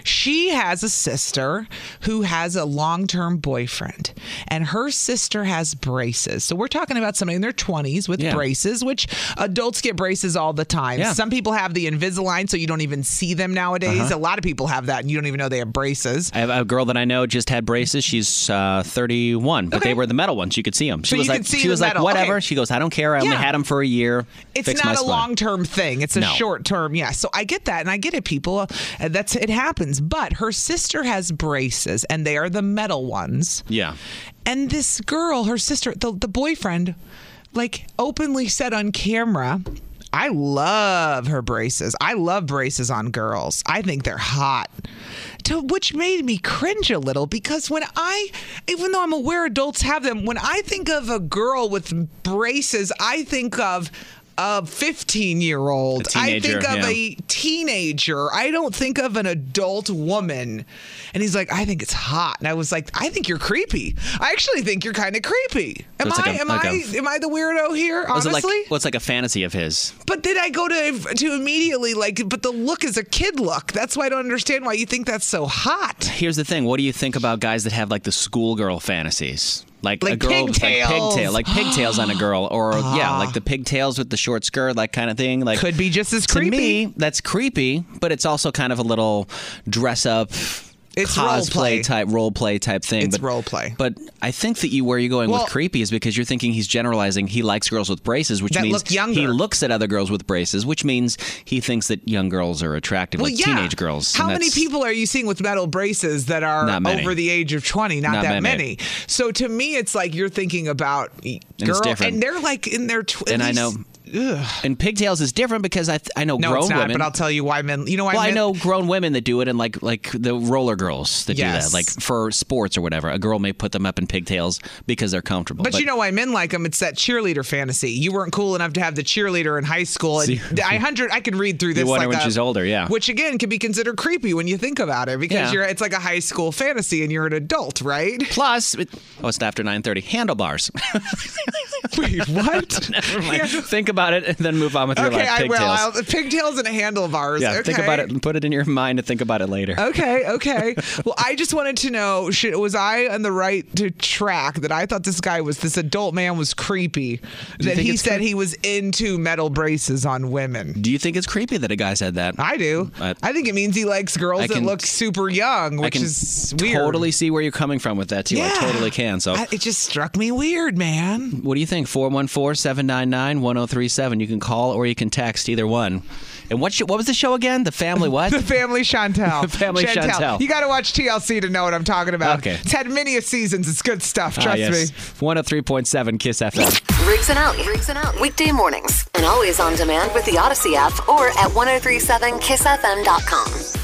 [SPEAKER 2] She has a sister who has a long term boyfriend, and her sister has braces. So, we're talking about somebody in their 20s with
[SPEAKER 13] Yeah.
[SPEAKER 2] braces, which adults get braces all the time.
[SPEAKER 13] Yeah.
[SPEAKER 2] Some people have the Invisalign, so you don't even see them nowadays.
[SPEAKER 3] Uh-huh.
[SPEAKER 2] A lot of people have that, and you don't even know they have braces.
[SPEAKER 3] I have a girl that I know just had braces. She's uh, 31, but they were the metal ones. You could see them. She
[SPEAKER 2] So
[SPEAKER 3] was
[SPEAKER 2] you
[SPEAKER 3] like,
[SPEAKER 2] could see
[SPEAKER 3] she
[SPEAKER 2] the
[SPEAKER 3] was like,
[SPEAKER 2] metal.
[SPEAKER 3] whatever.
[SPEAKER 2] Okay.
[SPEAKER 3] She goes, I don't care. I only
[SPEAKER 2] Yeah.
[SPEAKER 3] had them for a year.
[SPEAKER 2] It's
[SPEAKER 3] Fix my
[SPEAKER 2] not a
[SPEAKER 3] spleen."
[SPEAKER 2] long term thing. It's a
[SPEAKER 3] No.
[SPEAKER 2] short term. Yeah. So I get that, and I get it. People, Uh, that's it happens. But her sister has braces, and they are the metal ones.
[SPEAKER 3] Yeah.
[SPEAKER 2] And this girl, her sister, the, the boyfriend, like openly said on camera, I love her braces. I love braces on girls. I think they're hot. To, which made me cringe a little because when I, even though I'm aware adults have them, when I think of a girl with braces, I think of a 15 year old.
[SPEAKER 3] A
[SPEAKER 2] I
[SPEAKER 3] teenager,
[SPEAKER 2] think of
[SPEAKER 3] yeah.
[SPEAKER 2] a teenager. I don't think of an adult woman. And he's like, I think it's hot. And I was like, I think you're creepy. I actually think you're kind of creepy.
[SPEAKER 3] So
[SPEAKER 2] Am
[SPEAKER 3] it's like
[SPEAKER 2] I
[SPEAKER 3] a-
[SPEAKER 2] am
[SPEAKER 3] like
[SPEAKER 2] I
[SPEAKER 3] a-
[SPEAKER 2] am I the weirdo here?
[SPEAKER 3] Was it
[SPEAKER 2] Honestly.
[SPEAKER 3] like what's like a fantasy of his?
[SPEAKER 2] but then I go to to immediately like, but the look is a kid look. That's why I don't understand why you think that's so hot.
[SPEAKER 3] Here's the thing. What do you think about guys that have like the schoolgirl fantasies? Like, a
[SPEAKER 2] Like
[SPEAKER 3] girl like
[SPEAKER 2] pigtails.
[SPEAKER 3] pigtail, like pigtails on a girl, or yeah,
[SPEAKER 2] <gasps>
[SPEAKER 3] like the pigtails with the short skirt, like kind of thing. Like
[SPEAKER 2] Could be just as
[SPEAKER 3] to
[SPEAKER 2] creepy.
[SPEAKER 3] me, that's creepy, but it's also kind of a little dress up.
[SPEAKER 2] It's
[SPEAKER 3] cosplay
[SPEAKER 2] role play.
[SPEAKER 3] type role play type thing.
[SPEAKER 2] It's
[SPEAKER 3] but,
[SPEAKER 2] role play.
[SPEAKER 3] But I think that you where you're going
[SPEAKER 2] Well-
[SPEAKER 3] with creepy is because you're thinking he's generalizing. He likes girls with braces, which
[SPEAKER 2] That
[SPEAKER 3] means
[SPEAKER 2] look younger.
[SPEAKER 3] he looks at other girls with braces, which means he thinks that young girls are attractive, like teenage girls.
[SPEAKER 2] How
[SPEAKER 3] and
[SPEAKER 2] many
[SPEAKER 3] that's-
[SPEAKER 2] people are you seeing with metal braces that are
[SPEAKER 3] Not many.
[SPEAKER 2] over the age of 20? Not,
[SPEAKER 3] Not
[SPEAKER 2] that
[SPEAKER 3] many.
[SPEAKER 2] many. So to me, it's like you're thinking about e-
[SPEAKER 3] And it's
[SPEAKER 2] girl,
[SPEAKER 3] different.
[SPEAKER 2] and they're like in their tw- at
[SPEAKER 3] And I
[SPEAKER 2] least-
[SPEAKER 3] know.
[SPEAKER 2] Ugh.
[SPEAKER 3] And pigtails is different because I th- I know
[SPEAKER 2] No,
[SPEAKER 3] grown
[SPEAKER 2] it's not.
[SPEAKER 3] women.
[SPEAKER 2] But I'll tell you why men. You know why
[SPEAKER 3] well, I
[SPEAKER 2] men-
[SPEAKER 3] know grown women that do it, and like like the roller girls that do
[SPEAKER 2] Yes.
[SPEAKER 3] that, like for sports or whatever. A girl may put them up in pigtails because they're comfortable.
[SPEAKER 2] But, you know why men like them? It's that cheerleader fantasy. You weren't cool enough to have the cheerleader in high school.
[SPEAKER 3] <laughs>
[SPEAKER 2] And
[SPEAKER 3] See?
[SPEAKER 2] I hundred, I could read through
[SPEAKER 3] You
[SPEAKER 2] this.
[SPEAKER 3] wonder
[SPEAKER 2] like
[SPEAKER 3] when
[SPEAKER 2] a-
[SPEAKER 3] she's older, yeah.
[SPEAKER 2] Which again can be considered creepy when you think about it because
[SPEAKER 3] Yeah.
[SPEAKER 2] you're it's like a high school fantasy and you're an adult,
[SPEAKER 3] <laughs>
[SPEAKER 2] right?
[SPEAKER 3] Plus, it- oh, it's after nine thirty. Handlebars.
[SPEAKER 2] <laughs> Wait, what?
[SPEAKER 3] <laughs> Never mind. think about it and then move on with your
[SPEAKER 2] okay,
[SPEAKER 3] life.
[SPEAKER 2] I will.
[SPEAKER 3] Pigtails.
[SPEAKER 2] I'll, pigtails and handlebars.
[SPEAKER 3] yeah,
[SPEAKER 2] okay. Uh,
[SPEAKER 3] think about it and put it in your mind to think about it later.
[SPEAKER 2] Okay, okay. well, I just wanted to know should, was I on the right to track that I thought this guy was this adult man was creepy
[SPEAKER 3] Do you
[SPEAKER 2] that
[SPEAKER 3] think
[SPEAKER 2] he
[SPEAKER 3] it's
[SPEAKER 2] said
[SPEAKER 3] creep-
[SPEAKER 2] he was into metal braces on women.
[SPEAKER 3] Do you think it's creepy that a guy said that?
[SPEAKER 2] I do. I think it means he likes girls
[SPEAKER 3] I
[SPEAKER 2] that
[SPEAKER 3] can-
[SPEAKER 2] look super young,
[SPEAKER 3] I
[SPEAKER 2] which
[SPEAKER 3] can
[SPEAKER 2] is weird.
[SPEAKER 3] totally see where you're coming from with that too. I
[SPEAKER 2] Yeah.
[SPEAKER 3] totally can. So
[SPEAKER 2] I- it just struck me weird, man. <laughs>
[SPEAKER 3] What do you think? 414 799 1037. You can call or you can text either one. And what, sh- what was the show again? The Family what?
[SPEAKER 2] The Family Chantel.
[SPEAKER 3] The Family Chantel.
[SPEAKER 2] You got to watch TLC to know what I'm talking about.
[SPEAKER 3] Okay.
[SPEAKER 2] It's had many a seasons. It's good stuff. Trust
[SPEAKER 3] Ah, yes.
[SPEAKER 2] me.
[SPEAKER 3] 103.7 Kiss FM.
[SPEAKER 1] Riggs and Out. Riggs and Out. Weekday oh mornings and always on demand with the Odyssey app or at 1037kissfm.com.